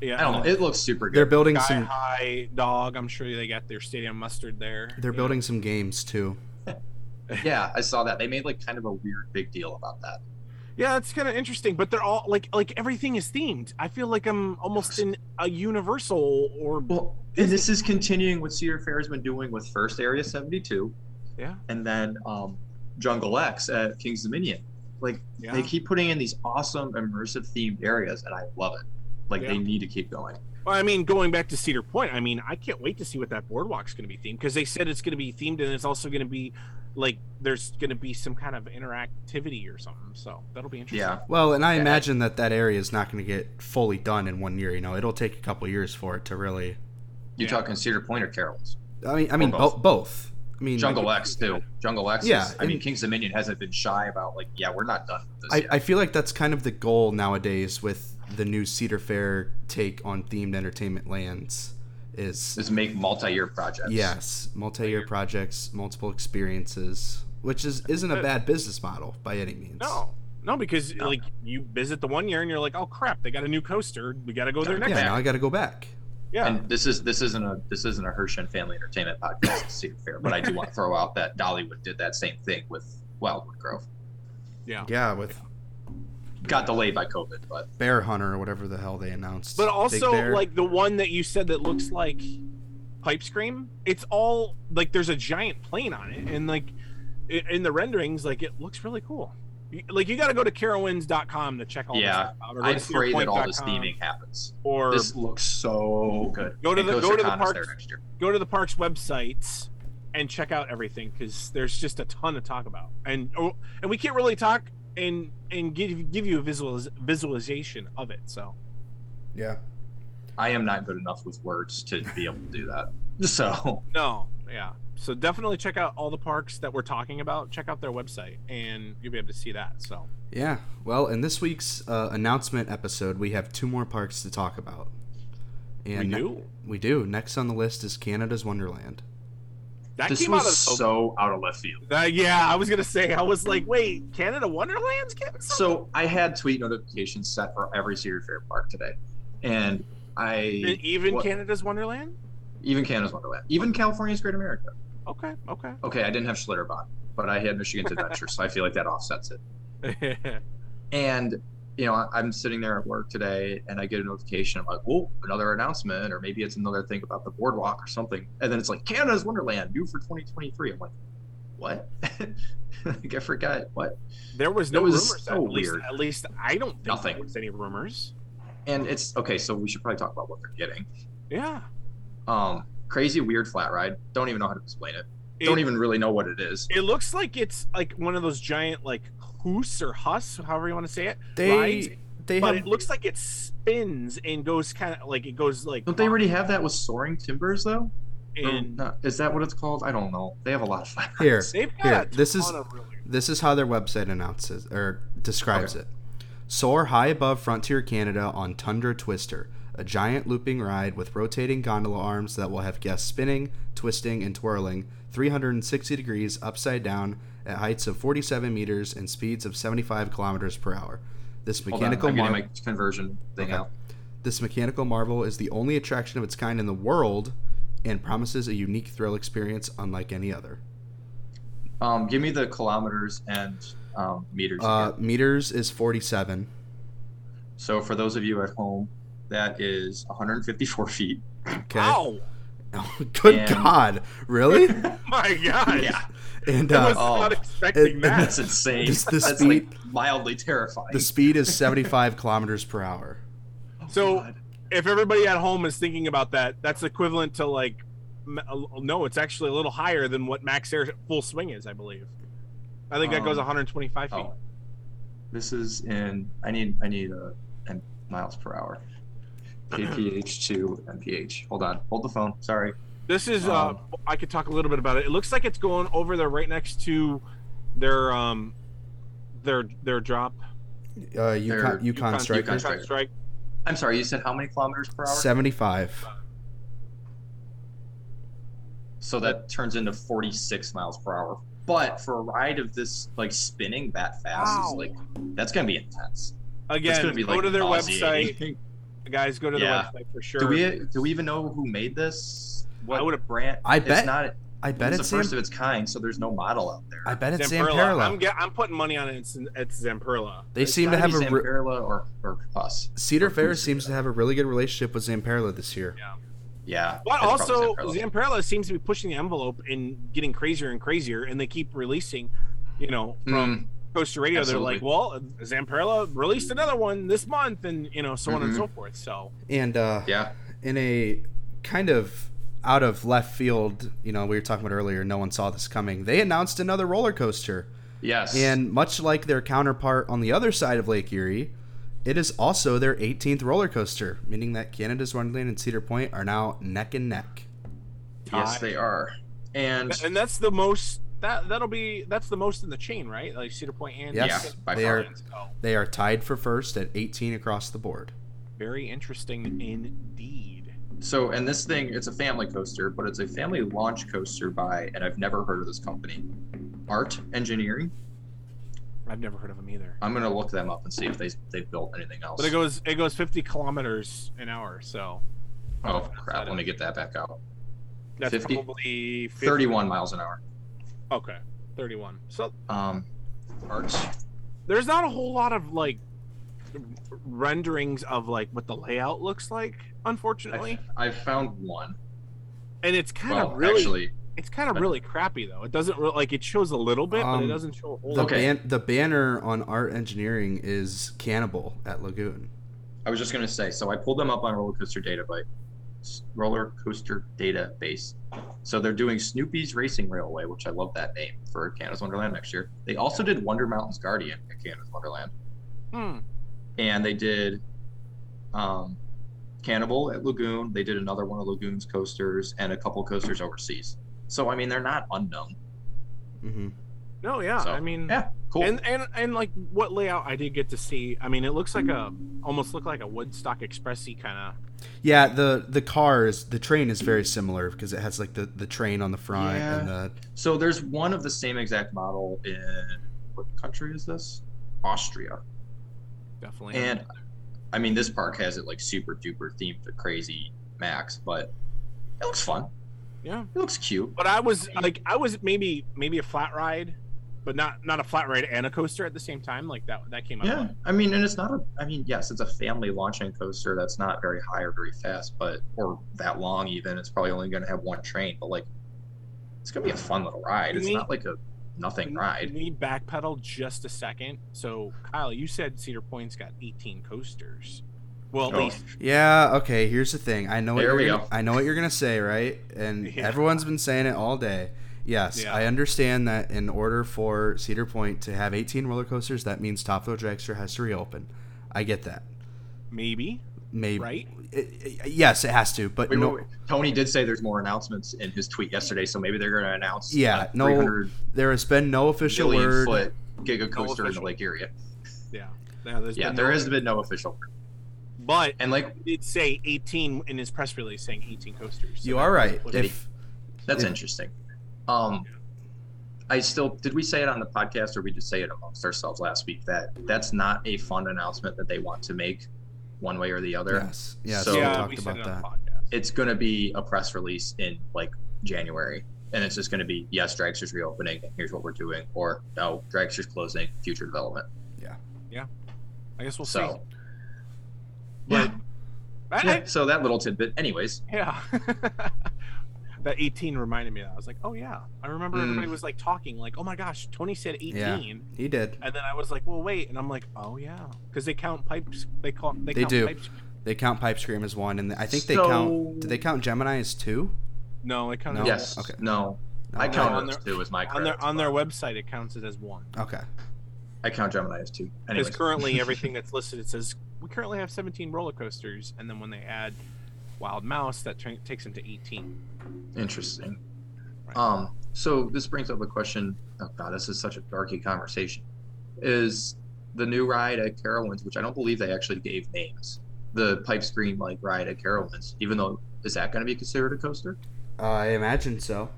yeah,
I don't know. It looks super
they're
good.
building
Sky
some.
High Dog. I'm sure they got their stadium mustard there.
They're
Yeah.
building some games too.
yeah, I saw that. They made like kind of a weird big deal about that.
Yeah, it's kind of interesting, but they're all like like everything is themed. I feel like I'm almost in a Universal or
Well, and this is continuing what Cedar Fair has been doing with first Area 72
yeah
and then um, Jungle X at King's Dominion. Like
yeah.
they keep putting in these awesome immersive themed areas, and I love it. Like they
Yeah.
need to keep going.
Well, I mean, going back to Cedar Point, I mean, I can't wait to see what that boardwalk's going to be themed because they said it's going to be themed and it's also going to be like there's going to be some kind of interactivity or something. So that'll be interesting.
Yeah,
Well, and I
Yeah.
imagine that that area is not going to get fully done in one year. You know, it'll take a couple years for it to really.
you
Yeah.
talking Cedar Point or Carol's?
I mean, I mean
both.
both. both. I mean,
Jungle X too. Jungle X.
Yeah,
Yeah, I mean
and-
King's Dominion hasn't been shy about like, yeah, we're not done with this
I,
yet.
I feel like that's kind of the goal nowadays with the new Cedar Fair take on themed entertainment lands is
Just make multi-year projects.
yes, multi-year projects, multiple experiences, which is isn't a bad business model by any means.
No, no, because
No.
like you visit the one year and you're like, oh crap, they got a new coaster. We got to go there next.
Yeah,
year.
now I got to go back.
Yeah.
And this is this isn't a this isn't a Hirsch and Family Entertainment podcast, it's Cedar Fair, but I do want to throw out that Dollywood did that same thing with Wildwood Grove.
yeah.
Yeah, with
Got delayed by COVID, but
Bear Hunter or whatever the hell they announced.
But
Big
also,
Bear.
like the one that you said that looks like Pipe Scream, it's all like there's a giant plane on it, and like i- in the renderings, like it looks really cool. You- Like you got to go to carowinds.com to check all
Yeah,
this stuff out, or go
I
to
pray that all this
cedarpoint.com,
theming happens.
or
This looks so good.
Go to
And
the-
Costa
go to the
Con is there
parks.
next year.
go to the parks websites and check out everything because there's just a ton to talk about, and oh, and we can't really talk and and give give you a visual visualization of it. So
yeah.
I am not good enough with words to be able to do that. So
No, yeah. So definitely check out all the parks that we're talking about. Check out their website, and you'll be able to see that. So
Yeah. Well, in this week's uh, announcement episode, we have two more parks to talk about. And
we
ne-
do.
we do. Next on the list is Canada's Wonderland.
That
this
came
was
out of
so out of left field.
Uh, yeah, I was gonna say. I was like, wait, Canada Wonderland's getting some?
So I had tweet notifications set for every Cedar Fair park today, and I
even
What?
Canada's Wonderland.
even Canada's Wonderland, even California's Great America.
Okay, okay.
Okay, I didn't have Schlitterbahn, but I had Michigan's Adventure, so I feel like that offsets it. And you know, I- I'm sitting there at work today, and I get a notification. I'm like, "Oh, another announcement, or maybe it's another thing about the boardwalk or something." And then it's like, "Canada's Wonderland, new for 2023." I'm like, "What?" like, I forgot what.
there was no
That was
rumors.
so
at, least,
weird.
at least I don't think
Nothing.
there was any rumors.
And it's okay, so we should probably talk about what they're getting.
Yeah.
Um, crazy, weird flat ride. Don't even know how to explain it. Don't
It-
even really know what it is.
It looks like it's like one of those giant like hoos or huss, however you want to say it.
They
rides,
they
but
have
it looks like it spins and goes kind of like it goes like.
Don't they already have that with soaring timbers though? Or
And
not- is that what it's called? I don't know. They have a lot of flat
Here.
rides.
they've got
Here,
a
this
ton
is-
of really-
This is how their website announces or describes it. Soar high above Frontier Canada on Tundra Twister, a giant looping ride with rotating gondola arms that will have guests spinning, twisting, and twirling 360 degrees upside down at heights of 47 meters and speeds of 75 kilometers per hour. This
Hold on, I'm
mechanical
getting
mar-
my conversion thing
Okay.
out.
This mechanical marvel is the only attraction of its kind in the world and promises a unique thrill experience unlike any other.
Um, give me the kilometers and um, meters.
Uh,
again.
meters is 47.
So for those of you at home, that is 154 feet.
Okay.
Wow!
Good
And-
God. Really?
My God!
Yeah,
And
I was
uh,
Oh.
not expecting
It-
that.
that's insane.
It's the
that's
speed-
like mildly terrifying.
the speed is 75 kilometers per hour.
Oh,
so-
God.
If everybody at home is thinking about that, that's equivalent to like, m- uh, no, it's actually a little higher than what max air full swing is, I believe. I think that goes
Um,
125 feet.
oh, this is in. I need. I need uh, and miles per hour. KPH to MPH. Hold on. Hold the phone. Sorry.
This is.
um,
uh, I could talk a little bit about it. It looks like it's going over there, right next to their um, their their drop.
Uh,
They're-
Yukon, Yukon
Yukon-
Strikers,
Yukon
Yukon strike.
I'm sorry. You said how many kilometers per hour?
75.
So that turns into 46 miles per hour. But for a ride of this, like spinning that fast, is
Wow.
like that's gonna be intense. That's
Again,
gonna be
go
like
to their
nauseating.
website, guys. Go to
Yeah.
the website for sure.
Do we do we even know who made this? What
I would've-
brand?
I bet-
it's not.
I bet
it's
it's
the
Sam.
first of its kind, so there's no model out there.
I bet it's Sam
Zamperla. I'm
Parallel.
ge- I'm putting money on it. It's, it's Zamperla.
They
It's
seem to
gotta
have a
be
re-
Zamperla or or us.
Cedar
or
Fair
Cruise
seems to have a really good relationship with Zamperla this year.
Yeah,
But
it's
also,
probably Zamperla.
Zamperla seems to be pushing the envelope and getting crazier and crazier, and they keep releasing, you know, from
Mm,
Costa Radio.
Absolutely.
They're like, well, Zamperla released another one this month, and, you know, so on and
Mhm.
so forth. So,
And uh,
yeah,
in a kind of out of left field, you know, we were talking about earlier, no one saw this coming. They announced another roller coaster.
yes,
And much like their counterpart on the other side of Lake Erie, it is also their 18th roller coaster, meaning that Canada's Wonderland and Cedar Point are now neck and neck.
yes, they are. And
and that's the most, that, that'll be, that's the most in the chain, right? Like Cedar Oh, Point and
Yes,
yeah, by
they
far.
are-
So,
They are tied for first at 18 across the board.
very interesting indeed.
So, and this thing, it's a family coaster, but it's a family launch coaster by, and I've never heard of this company, Art Engineering.
I've never heard of them either.
I'm gonna look them up and see if they they've built anything else.
But it goes it goes 50 kilometers an hour, so.
oh crap! Let me get that back out.
That's
50?
probably 50,
31 miles an hour.
Okay, 31. So
Um, Art.
there's not a whole lot of like r- renderings of like what the layout looks like, unfortunately,
I found one.
and it's kind
Well,
of really
actually,
it's kind of really crappy though. It doesn't really, like it shows a little bit, but
Um,
it doesn't show a whole
The,
lot.
Okay.
ban- the banner on Art Engineering is Cannibal at Lagoon.
I was just gonna say. So I pulled them up on Roller Coaster Database. Roller Coaster Database. So they're doing Snoopy's Racing Railway, which I love that name for Canada's Wonderland next year. They also did Wonder Mountain's Guardian at Canada's Wonderland,
Hmm.
and they did um, Cannibal at Lagoon. They did another one of Lagoon's coasters and a couple coasters overseas. So I mean, they're not unknown.
hmm
No, yeah,
So,
I mean,
Yeah, cool.
and and and like what layout I did get to see. I mean, it looks like a almost looked like a Woodstock Expressy kind of.
Yeah, the the car is the train is very similar because it has like the, the train on the front
Yeah.
and the
So there's one of the same exact model in what country is this? Austria.
Definitely.
And I mean, this park has it like super duper themed to crazy max, but it looks fun.
Yeah.
It looks cute.
But I was like, I was maybe maybe a flat ride, but not not a flat ride and a coaster at the same time. Like that that came out.
Yeah. I mean, and it's not a, I mean, yes, it's a family launching coaster that's not very high or very fast, but, or that long even. It's probably only going to have one train, but like, it's going to be a fun little ride.
You
It's
mean-
not like a nothing
Can
ride.
we backpedal just a second? So Kyle, you said Cedar Point's got 18 coasters. Well, at
Oh.
least
Yeah, okay, here's the thing. I know what
There
you're
we
gonna,
go.
I know what you're going to say, right? And
Yeah.
everyone's been saying it all day. Yes,
Yeah.
I understand that in order for Cedar Point to have 18 roller coasters, that means Top Thrill Dragster has to reopen. I get that.
maybe
Maybe
right.
it- it- yes, it has to, but
Wait,
no
wait, wait. Tony did say there's more announcements in his tweet yesterday, so maybe they're going to announce a
Yeah, no
300
there has been no official
million
word.
foot giga coaster in the
official-
Lake Area.
Yeah. Yeah, there's
Yeah,
been
there
no-
has been no official word.
But
And like
it did say 18 in his press release, saying 18 coasters. so
You
that
are right.
would be-
If
That's
Yeah.
interesting. Um, I still did we say it on the podcast or we just say it amongst ourselves last week that that's not a fun announcement that they want to make one way or the other.
yes, yes,
So-
we
yeah, we
talked about
said it
that.
on the podcast.
It's going to be a press release in like January and it's just going to be yes, Dragster's reopening and here's what we're doing or no, Dragster's closing, future development.
I guess we'll
so
But- see. I- I-
yeah, so that little tidbit anyways.
Yeah. that 18 reminded me of that. I was like, oh, yeah. I remember
Mm.
everybody was like talking, like, oh my gosh, Tony said 18.
Yeah. He did.
And then I was like, well, wait. And I'm like, oh, yeah. Because they count pipes. They call. They,
They
count
do.
Pipes.
They count Pipe Scream as one, and I think they
So-
count. Do they count Gemini as two?
No, they count it
No?
as
Yes.
Okay.
No. I
No.
count
on
those
their-
two as my
one. On
credits,
their on
but
their website, it counts it as one.
Okay.
I count Gemini as two.
Because
Anyways.
currently, everything that's listed, it says we currently have 17 roller coasters, and then when they add Wild Mouse, that turn takes them to 18.
Interesting.
Right.
Um, so this brings up a question. Oh God, this is such a darky conversation. Is the new ride at Carowinds, which I don't believe they actually gave names, the pipe screen like ride at Carowinds, even though is that going to be considered a coaster?
I imagine so.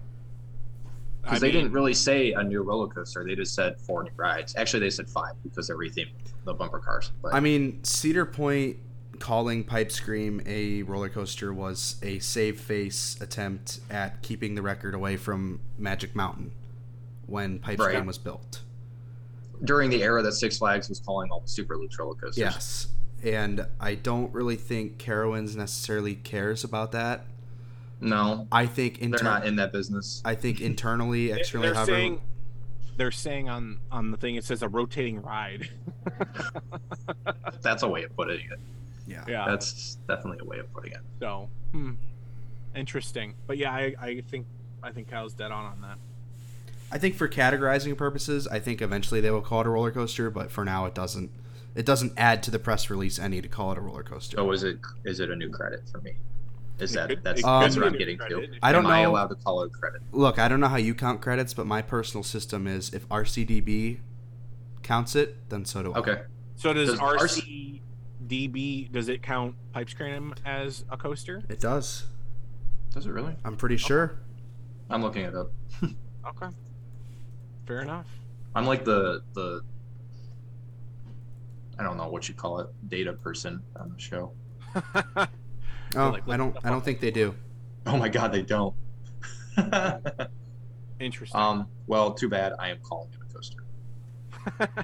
I
because they
mean,
didn't really say a new roller coaster. They just said four new rides. Actually, they said five because they rethemed the bumper cars. But
I mean, Cedar Point calling Pipe Scream a roller coaster was a save face attempt at keeping the record away from Magic Mountain when Pipe
Right.
Scream was built.
during the era that Six Flags was calling all the super luxe roller coasters,
Yes. And I don't really think Carowinds necessarily cares about that.
no,
I think
they're
inter-
not in that business.
I think internally,
they-
externally,
they're
however,
saying they're saying on on the thing it says a rotating ride.
That's a way of putting it.
yeah.
yeah.
That's definitely a way of putting it.
So, hmm. interesting. But yeah, I, I think I think Kyle's dead on on that.
I think for categorizing purposes, I think eventually they will call it a roller coaster, but for now, it doesn't. It doesn't add to the press release any to call it a roller coaster.
So Oh, is it is it a new credit for me? Is
It
that
could-
that's,
it
could
that's
be
what
a
I'm
new
getting
credit.
to?
I don't
Am I
know.
allowed to call it credit?
Look, I don't know how you count credits, but my personal system is if RCDB counts it, then so do I.
Okay,
So does,
Does RC
RCDB does it count Pipe Scream as a coaster?
It does.
does it really?
I'm pretty sure.
I'm looking it up.
Okay. Fair enough.
I'm like the the I don't know what you call it data person on the show.
Oh,
like,
I don't. I don't think they do.
Oh my god, they don't.
Interesting.
um, well, too bad. I am calling it a coaster.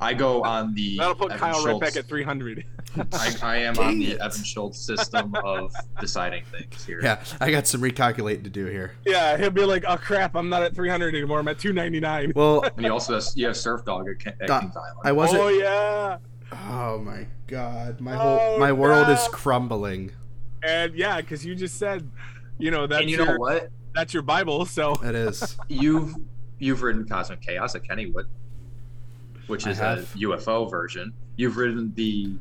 I go on the
That'll put
Evan
Kyle right
Schultz-
back at 300.
I, I am
Dang
on the
it.
Evan Schultz system of deciding things here.
Yeah, I got some recalculating to do here.
yeah, he'll be like, "Oh crap, I'm not at 300 anymore. I'm at 299."
Well,
And you also have, you have Surf Dog at, Ken- at
Da-
Kings Island.
I wasn't.
oh yeah.
Oh my god, my whole
Oh,
my world
no.
is crumbling.
And yeah, cuz you just said, you know, that's
and you
your
know what?
that's your Bible, so
It is.
You've you've ridden Cosmic Chaos at Kennywood, which
I
is a
have.
UFO version. You've ridden the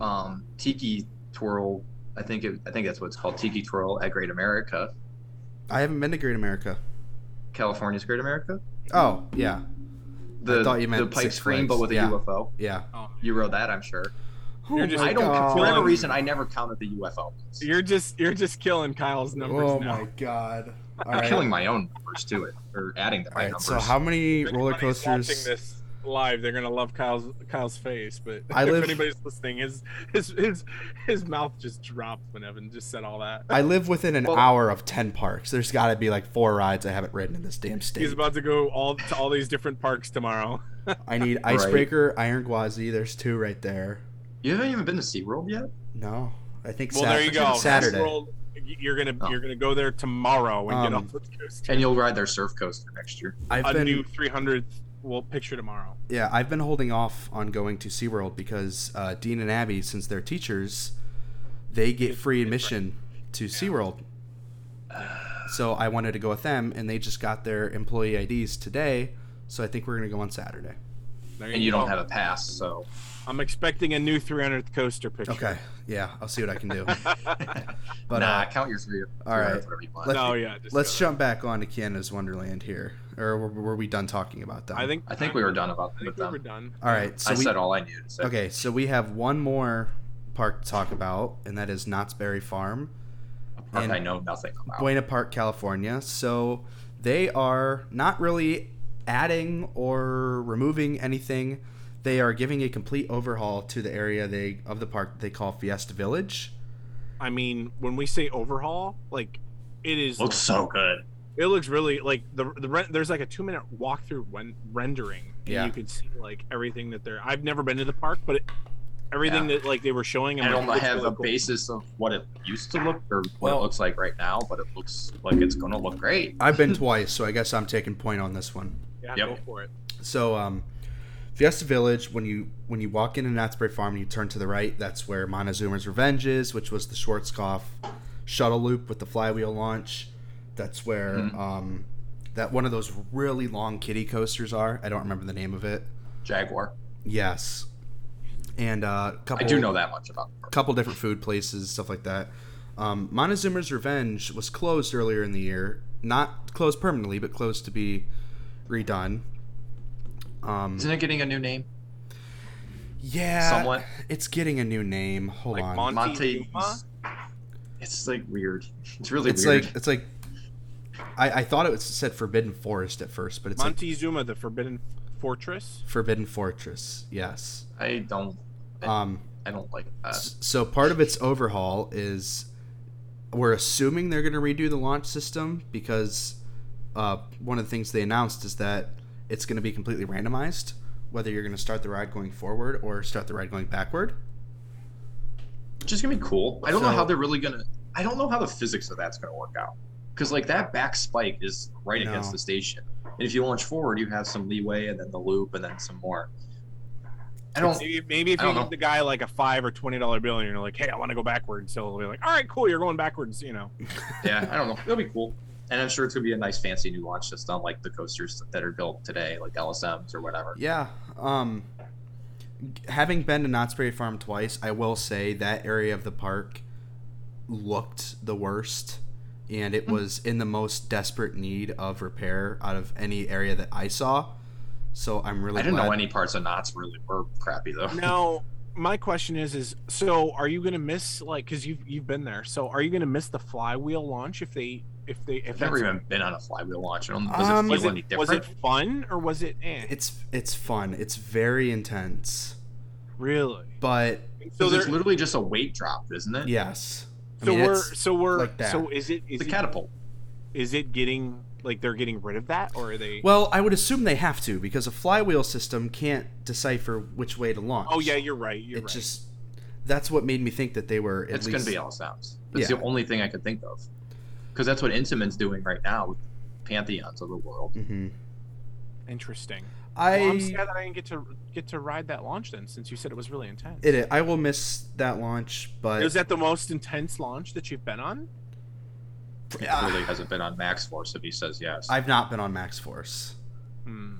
um, Tiki Twirl. I think it, I think that's what it's called, Tiki Twirl at Great America,
I haven't been to Great America.
California's Great America.
Oh yeah,
The,
thought you meant
the pipe
Six
screen,
Flags.
but with a
Yeah.
UFO.
yeah. Oh
You rode that, I'm sure.
You're just-
I don't
God.
for whatever
Killing-
reason I never counted the UFO.
you're just you're just killing Kyle's numbers
Oh
now.
my god. All
I'm
right.
killing my own numbers to it, or adding to
All
my
right.
numbers.
So how many
If
roller
anybody's
coasters?
Watching this live, they're gonna love Kyle's Kyle's face. But
I
if
live-
anybody's listening, his his his his mouth just dropped when Evan just said all that.
I live within an
Well-
hour of ten parks. There's got to be like four rides I haven't ridden in this damn
He's
state.
about to go all to all these different parks tomorrow.
I need
Right.
Icebreaker, Iron Gwazi. There's two right there.
you haven't even been to SeaWorld yet?
No, I think.
Well,
Sat-
there you go.
Saturday.
World, you're gonna
Oh.
you're gonna go there tomorrow and
Um,
get off the coaster.
And you'll ride their surf coaster next year.
I've
A
been
new 300th well picture tomorrow.
yeah, I've been holding off on going to SeaWorld because uh, Dean and Abby, since they're teachers, they get free admission to SeaWorld. So I wanted to go with them, and they just got their employee IDs today. So I think we're gonna go on Saturday.
There
And you
go.
don't have a pass, so
I'm expecting a new 300th coaster picture.
Okay. Yeah, I'll see what I can do. But
nah,
uh,
count your three.
all right.
three, whatever you want.
Let's-
No, Oh, yeah. Just
let's
go
jump back on to Kiana's Wonderland here, or were, were we done talking about that?
there. I think
I think we were done about
I think
with
we
them.
were done.
All right. So
I
we,
said all I needed to say.
Okay, so we have one more park to talk about, and that is Knott's Berry Farm,
A park
and-
I know nothing about.
Buena Park, California. So they are not really adding or removing anything. They are giving a complete overhaul to the area they of the park they call Fiesta Village.
I mean, when we say overhaul, like it is
Looks so good.
it looks really like the the ren- there's like a two minute walkthrough when rendering. and
Yeah.
you could see like everything that they're. I've never been to the park, but it, everything that like they were showing. I'm
I
like,
don't
looks
have
really
a
cool.
basis of what it used to look or what
Well-
it looks like right now, but it looks like it's gonna look great.
I've been twice, so I guess I'm taking point on this one.
Yeah,
Yep.
go for it.
So um, Fiesta Village, when you when you walk into Knott's Berry Farm and you turn to the right, that's where Montezuma's Revenge is, which was the Schwarzkopf shuttle loop with the flywheel launch. That's where
Mhm.
um, that one of those really long kiddie coasters are. I don't remember the name of it.
Jaguar.
Yes, and uh, a
I
couple
do know that much about. the park.
couple different food places, stuff like that. Um, Montezuma's Revenge was closed earlier in the year, not closed permanently, but closed to be redone. Um,
Isn't it getting a new name?
Yeah,
Somewhat.
It's getting a new name. Hold
Like
on.
Mon- Monte
Monte.
Yuma?
It's like weird. It's really
it's
weird.
like it's like I, I thought it was said Forbidden Forest at first, but it's like
Montezuma, the Forbidden Fortress.
Forbidden Fortress. Yes.
I don't.
Um,
I don't like
s-
that.
so part of its overhaul is we're assuming they're going to redo the launch system because uh, one of the things they announced is that it's going to be completely randomized whether you're going to start the ride going forward or start the ride going backward.
Which is gonna be cool. I don't know
So-
how they're really gonna. I don't know how the physics of that's gonna work out. Because like that back spike is right
No.
against the station, and if you launch forward, you have some leeway, and then the loop, and then some more. I don't.
Maybe, maybe if
I
you
don't
give
know.
the guy like a five or twenty dollar bill and you're like, "Hey, I want to go backwards," so he'll be like, "All right, cool, you're going backwards," you know.
Yeah, I don't know. It'll be cool, and I'm sure it's gonna be a nice, fancy new launch system, like the coasters that are built today, like LSMs or whatever.
Yeah. Um, g- having been to Knott's Berry Farm twice, I will say that area of the park looked the worst, and
Mm.
it was in the most desperate need of repair out of any area that I saw. So I'm really
I didn't
glad.
know any parts of knots really were crappy though.
now, my question is, is so are you gonna miss like because you've you've been there? So are you gonna miss the flywheel launch if they if they if
I've never
that's-
even been on a flywheel launch. I don't, does
Um,
it
was
feel any
it was
different?
it fun or was it eh,
It's it's fun. It's very intense,
really?
but
So
Because it's
there,
literally just a weight drop, isn't it?
yes. I
so
mean,
we're
it's-
so we're
like that.
so is it is
It's a
it,
catapult.
is it getting like they're getting rid of that or are they?
well, I would assume they have to because a flywheel system can't decipher which way to launch.
oh yeah, you're right. You're
it
right.
just that's what made me think that they were. At
it's
least,
going to be all sounds. That's
Yeah.
the only thing I could think of. Because that's what Intamin's doing right now with Pantheons of the world.
hmm
Interesting.
I
Well, I'm sad that I didn't get to get to ride that launch then, since you said it was really intense.
It, I will miss that launch, but
Is that the most intense launch that you've been on?
It
Ah.
really hasn't been on Max Force if he says yes.
I've not been on Max Force.
Hmm.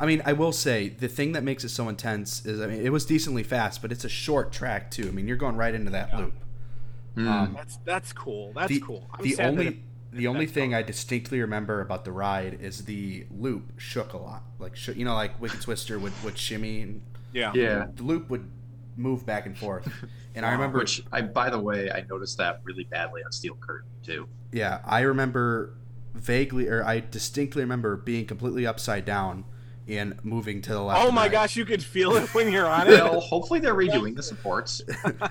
I mean, I will say the thing that makes it so intense is I mean it was decently fast, but it's a short track too. I mean, you're going right into that
Yeah.
loop.
Hmm.
um,
That's that's cool. That's
the
cool. I'm
the
sad that
only
it-
the only
that's
thing I distinctly remember about the ride is the loop shook a lot. Like shook, you know, like Wicked Twister would would shimmy and
yeah.
yeah.
the loop would move back and forth. And I remember
Which, I by the way, I noticed that really badly on Steel Curtain, too.
Yeah, I remember vaguely, or I distinctly remember being completely upside down and moving to the left.
Oh
and
my
right.
gosh, you could feel it when you're on it.
well, hopefully they're redoing the supports.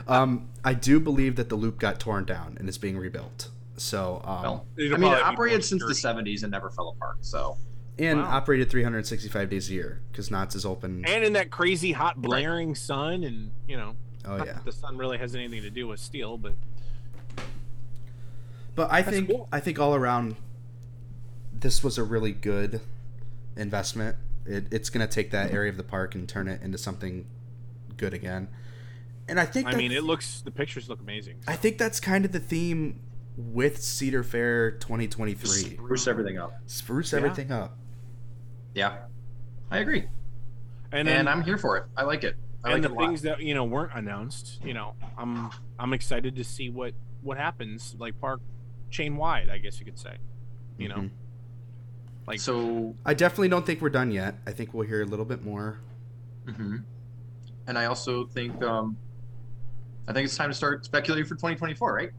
Um, I do believe that the loop got torn down and is being rebuilt. So, um,
Well,
It'll probably
I mean, it
be more
operated since the
sturdy.
70s and never fell apart, so.
and
wow.
operated 365 days a year because Knott's is open.
And in that crazy hot blaring sun, and you know,
oh
not
yeah,
that the sun really has anything to do with steel, but
but I
That's
think
cool.
I think all around, this was a really good investment. It, it's going to take that area of the park and turn it into something good again. And I think
I
that-
mean, it looks the pictures look amazing.
I think that's kind of the theme with Cedar Fair 2023.
Spruce everything up.
Spruce
Yeah.
everything up.
Yeah. I agree.
And
And,
then,
I'm here for it. I like it. I
and
like
the
it a lot.
things that you know weren't announced, you know, I'm I'm excited to see what what happens like park chain wide, I guess you could say. You know,
Mhm.
like
so
I definitely don't think we're done yet. I think we'll hear a little bit more.
hmm And I also think um, I think it's time to start speculating for 2024, right?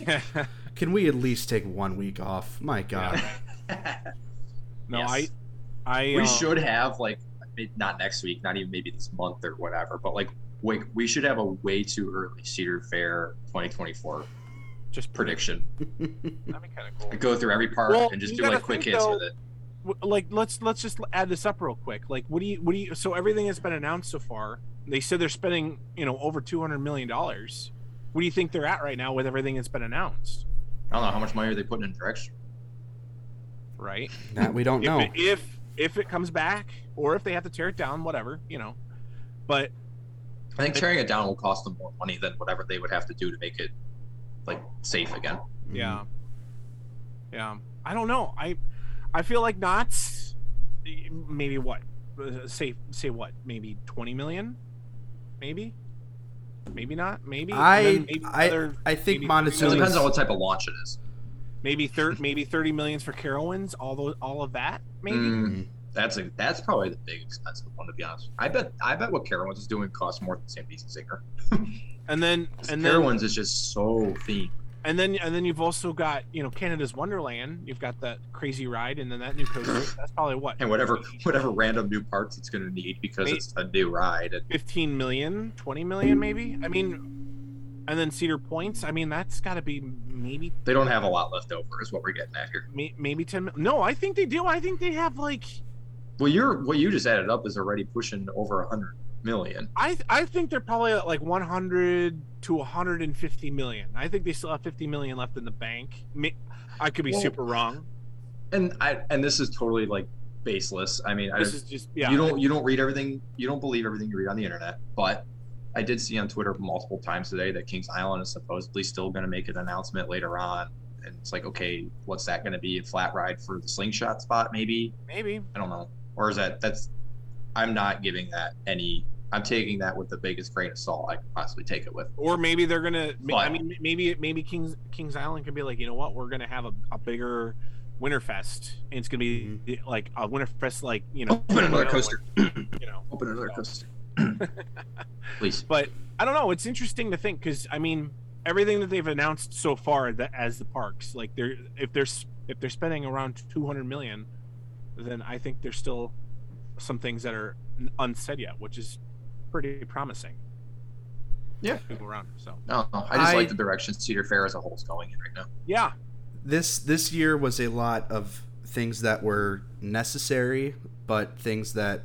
Can we at least take one week off? My God.
no,
Yes.
I I
we
uh,
should have like may- not next week, not even maybe this month or whatever, but like we, we should have a way too early Cedar Fair 2024
just
prediction.
That'd be kind of cool.
Like, go through every part
Well,
and
you
just do
gotta
like quick
think,
hits
though-
with it.
w- like let's let's just add this up real quick. Like what do you what do you so everything that's been announced so far, they said they're spending, you know, over 200 million dollars. What do you think they're at right now with everything that's been announced,
I don't know how much money are they putting in direction.
right?
that we don't know.
If, it, if if it comes back or if they have to tear it down, whatever, you know. But
I think tearing it down will cost them more money than whatever they would have to do to make it like safe again.
yeah.
Mm-hmm.
Yeah. I don't know. I I feel like knots maybe what? Uh, Say say what? Maybe 20 million? Maybe? Maybe not. Maybe And
I
then maybe
I,
another-
I think
maybe three
It
Montezuma's
depends on what type of launch it is.
maybe thirty, maybe thirty millions for Carowinds, all those, all of that, maybe.
Mm, that's a, that's probably the big expensive one to be honest. I bet I bet what Carowinds is doing costs more than Sam Beeson Singer.
And then, and then,
Carowinds is just so themed.
and then and then you've also got you know Canada's Wonderland. You've got that crazy ride, and then that new coaster. that's probably what
and whatever whatever random new parts it's going to need because
Wait.
it's a new ride. And
15 million 20 million maybe i mean and then cedar points i mean that's got to be maybe
they don't have a lot left over, is what we're getting at here.
may- maybe 10 mil- no i think they do i think they have like
Well, you're what you just added up is already pushing over a hundred million.
i i think they're probably at like 100 to 150 million i think they still have 50 million left in the bank May- i could be
Well,
super wrong
And I and this is totally like baseless. I mean, I
this is just yeah
you don't you don't read everything you don't believe everything you read on the internet but i did see on twitter multiple times today that kings island is supposedly still going to make an announcement later on and it's like okay what's that going to be a flat ride for the slingshot spot maybe
maybe
i don't know or is that that's i'm not giving that any i'm taking that with the biggest grain of salt i could possibly take it with
or maybe they're gonna ma- i
But-
mean maybe maybe kings kings island could be like you know what we're gonna have a, a bigger winterfest and it's gonna be eh, like a winterfest like you know
Mm-hmm. open another coaster
you know
open another coaster please
but I don't know. It's interesting to think because I mean everything that they've announced so far that as the parks, like they're if they're s- if they're spending around two hundred million, then I think there's still some things that are n- unsaid yet, which is pretty promising.
Yeah.
To go around. So
no, no, i just
I-
like the direction cedar fair as a whole is going in right now
yeah,
this this year was a lot of things that were necessary, but things that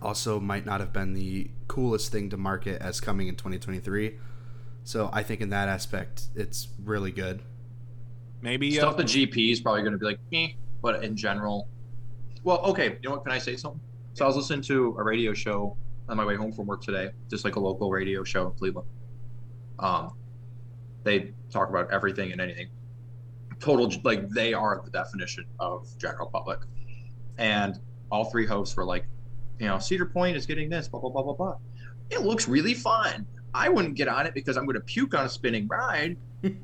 also might not have been the coolest thing to market as coming in 2023. So I think in that aspect, it's really good.
maybe uh,
Stuff the GP is probably going to be like, eh, but in general, well, okay. You know what? Can I say something? So I was listening to a radio show on my way home from work today, just like a local radio show in Cleveland. Um, they talk about everything and anything. Total, like they are the definition of general public, and all three hosts were like, you know, Cedar Point is getting this, blah blah blah blah blah. It looks really fun. I wouldn't get on it because I'm going to puke on a spinning ride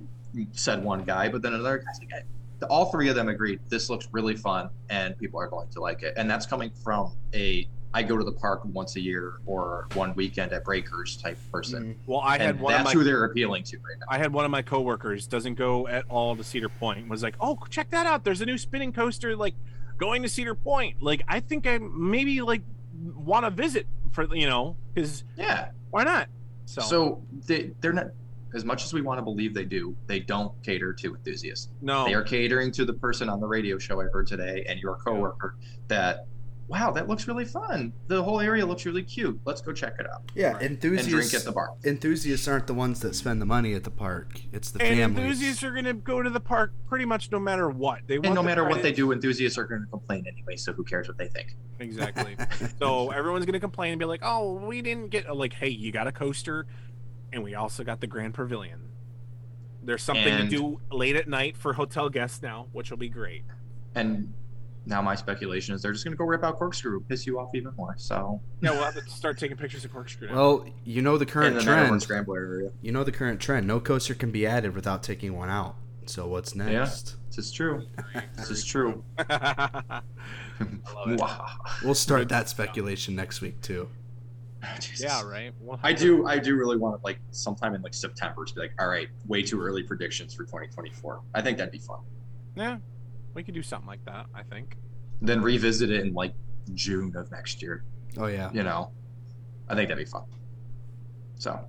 said one guy, but then another guy's like, "Hey," all three of them agreed this looks really fun and people are going to like it. And that's coming from a I go to the park once a year or one weekend at Breakers type person.
Mm-hmm.
well, Mm-hmm. I had
And
one of
that's
my
who they're appealing to right now.
I had one of my coworkers doesn't go at all to Cedar Point. Was like, oh, check that out. There's a new spinning coaster like going to Cedar Point. Like, I think I maybe like want to visit for you know because
Yeah.
why not? So,
So, they, they're not, as much as we want to believe they do, they don't cater to enthusiasts.
no,
They are catering to the person on the radio show I heard today and your coworker that, wow, that looks really fun. The whole area looks really cute. Let's go check it out
Yeah,
Right.
and
enthusiasts
drink at the bar.
enthusiasts aren't the ones that spend the money at the park. It's the
and
families.
enthusiasts are gonna go to the park pretty much no matter what they want.
And no
the
matter what they
credit-
do, enthusiasts are going to complain anyway. So who cares what they think?
exactly. so everyone's gonna complain and be like, oh, we didn't get like, hey, you got a coaster, and we also got the Grand Pavilion. There's something
And-
to do late at night for hotel guests now, which will be great.
And now my speculation is they're just going to go rip out corkscrew, piss you off even more. So
Yeah, we'll have to start taking pictures of corkscrew. now.
well, you know the
in
current
the Matterhorn
trend.
Scrambler area,
You know the current trend. No coaster can be added without taking one out. So what's next?
this is true. This is true.
I love it.
Mwahaha.
We'll start that speculation next week too.
Jesus.
Yeah, right. We'll
I
have-
do. I do really want to like sometime in like September to be like, all right, way too early predictions for 2024. I think that'd be fun.
Yeah, we could do something like that. I think.
Then revisit it in like June of next year.
Oh yeah.
You know, I think that'd be fun. So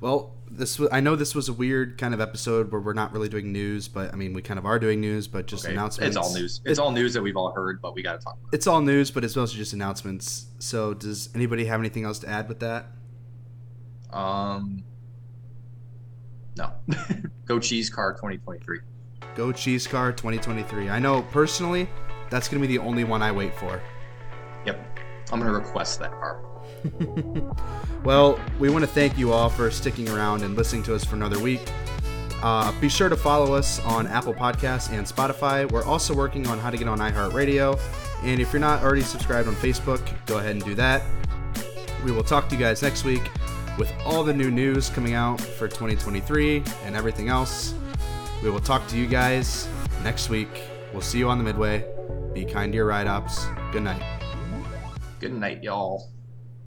Well, this was, I know this was a weird kind of episode where we're not really doing news, but I mean we kind of are doing news, but just
okay.
announcements.
It's all news. It's all news that we've all heard, but we got to talk. about
It's all news, but it's mostly just announcements. So does anybody have anything else to add with that?
it. Um, no, go cheese car 2023.
Go Cheese Car 2023. I know personally, that's gonna be the only one I wait for.
Yep, I'm gonna request that car.
Well, we want to thank you all for sticking around and listening to us for another week. Uh, be sure to follow us on Apple Podcasts and Spotify. We're also working on how to get on iHeartRadio. And if you're not already subscribed on Facebook, go ahead and do that. We will talk to you guys next week with all the new news coming out for 2023 and everything else. We will talk to you guys next week. We'll see you on the Midway. Be kind to your ride ops. Good night.
Good night, y'all.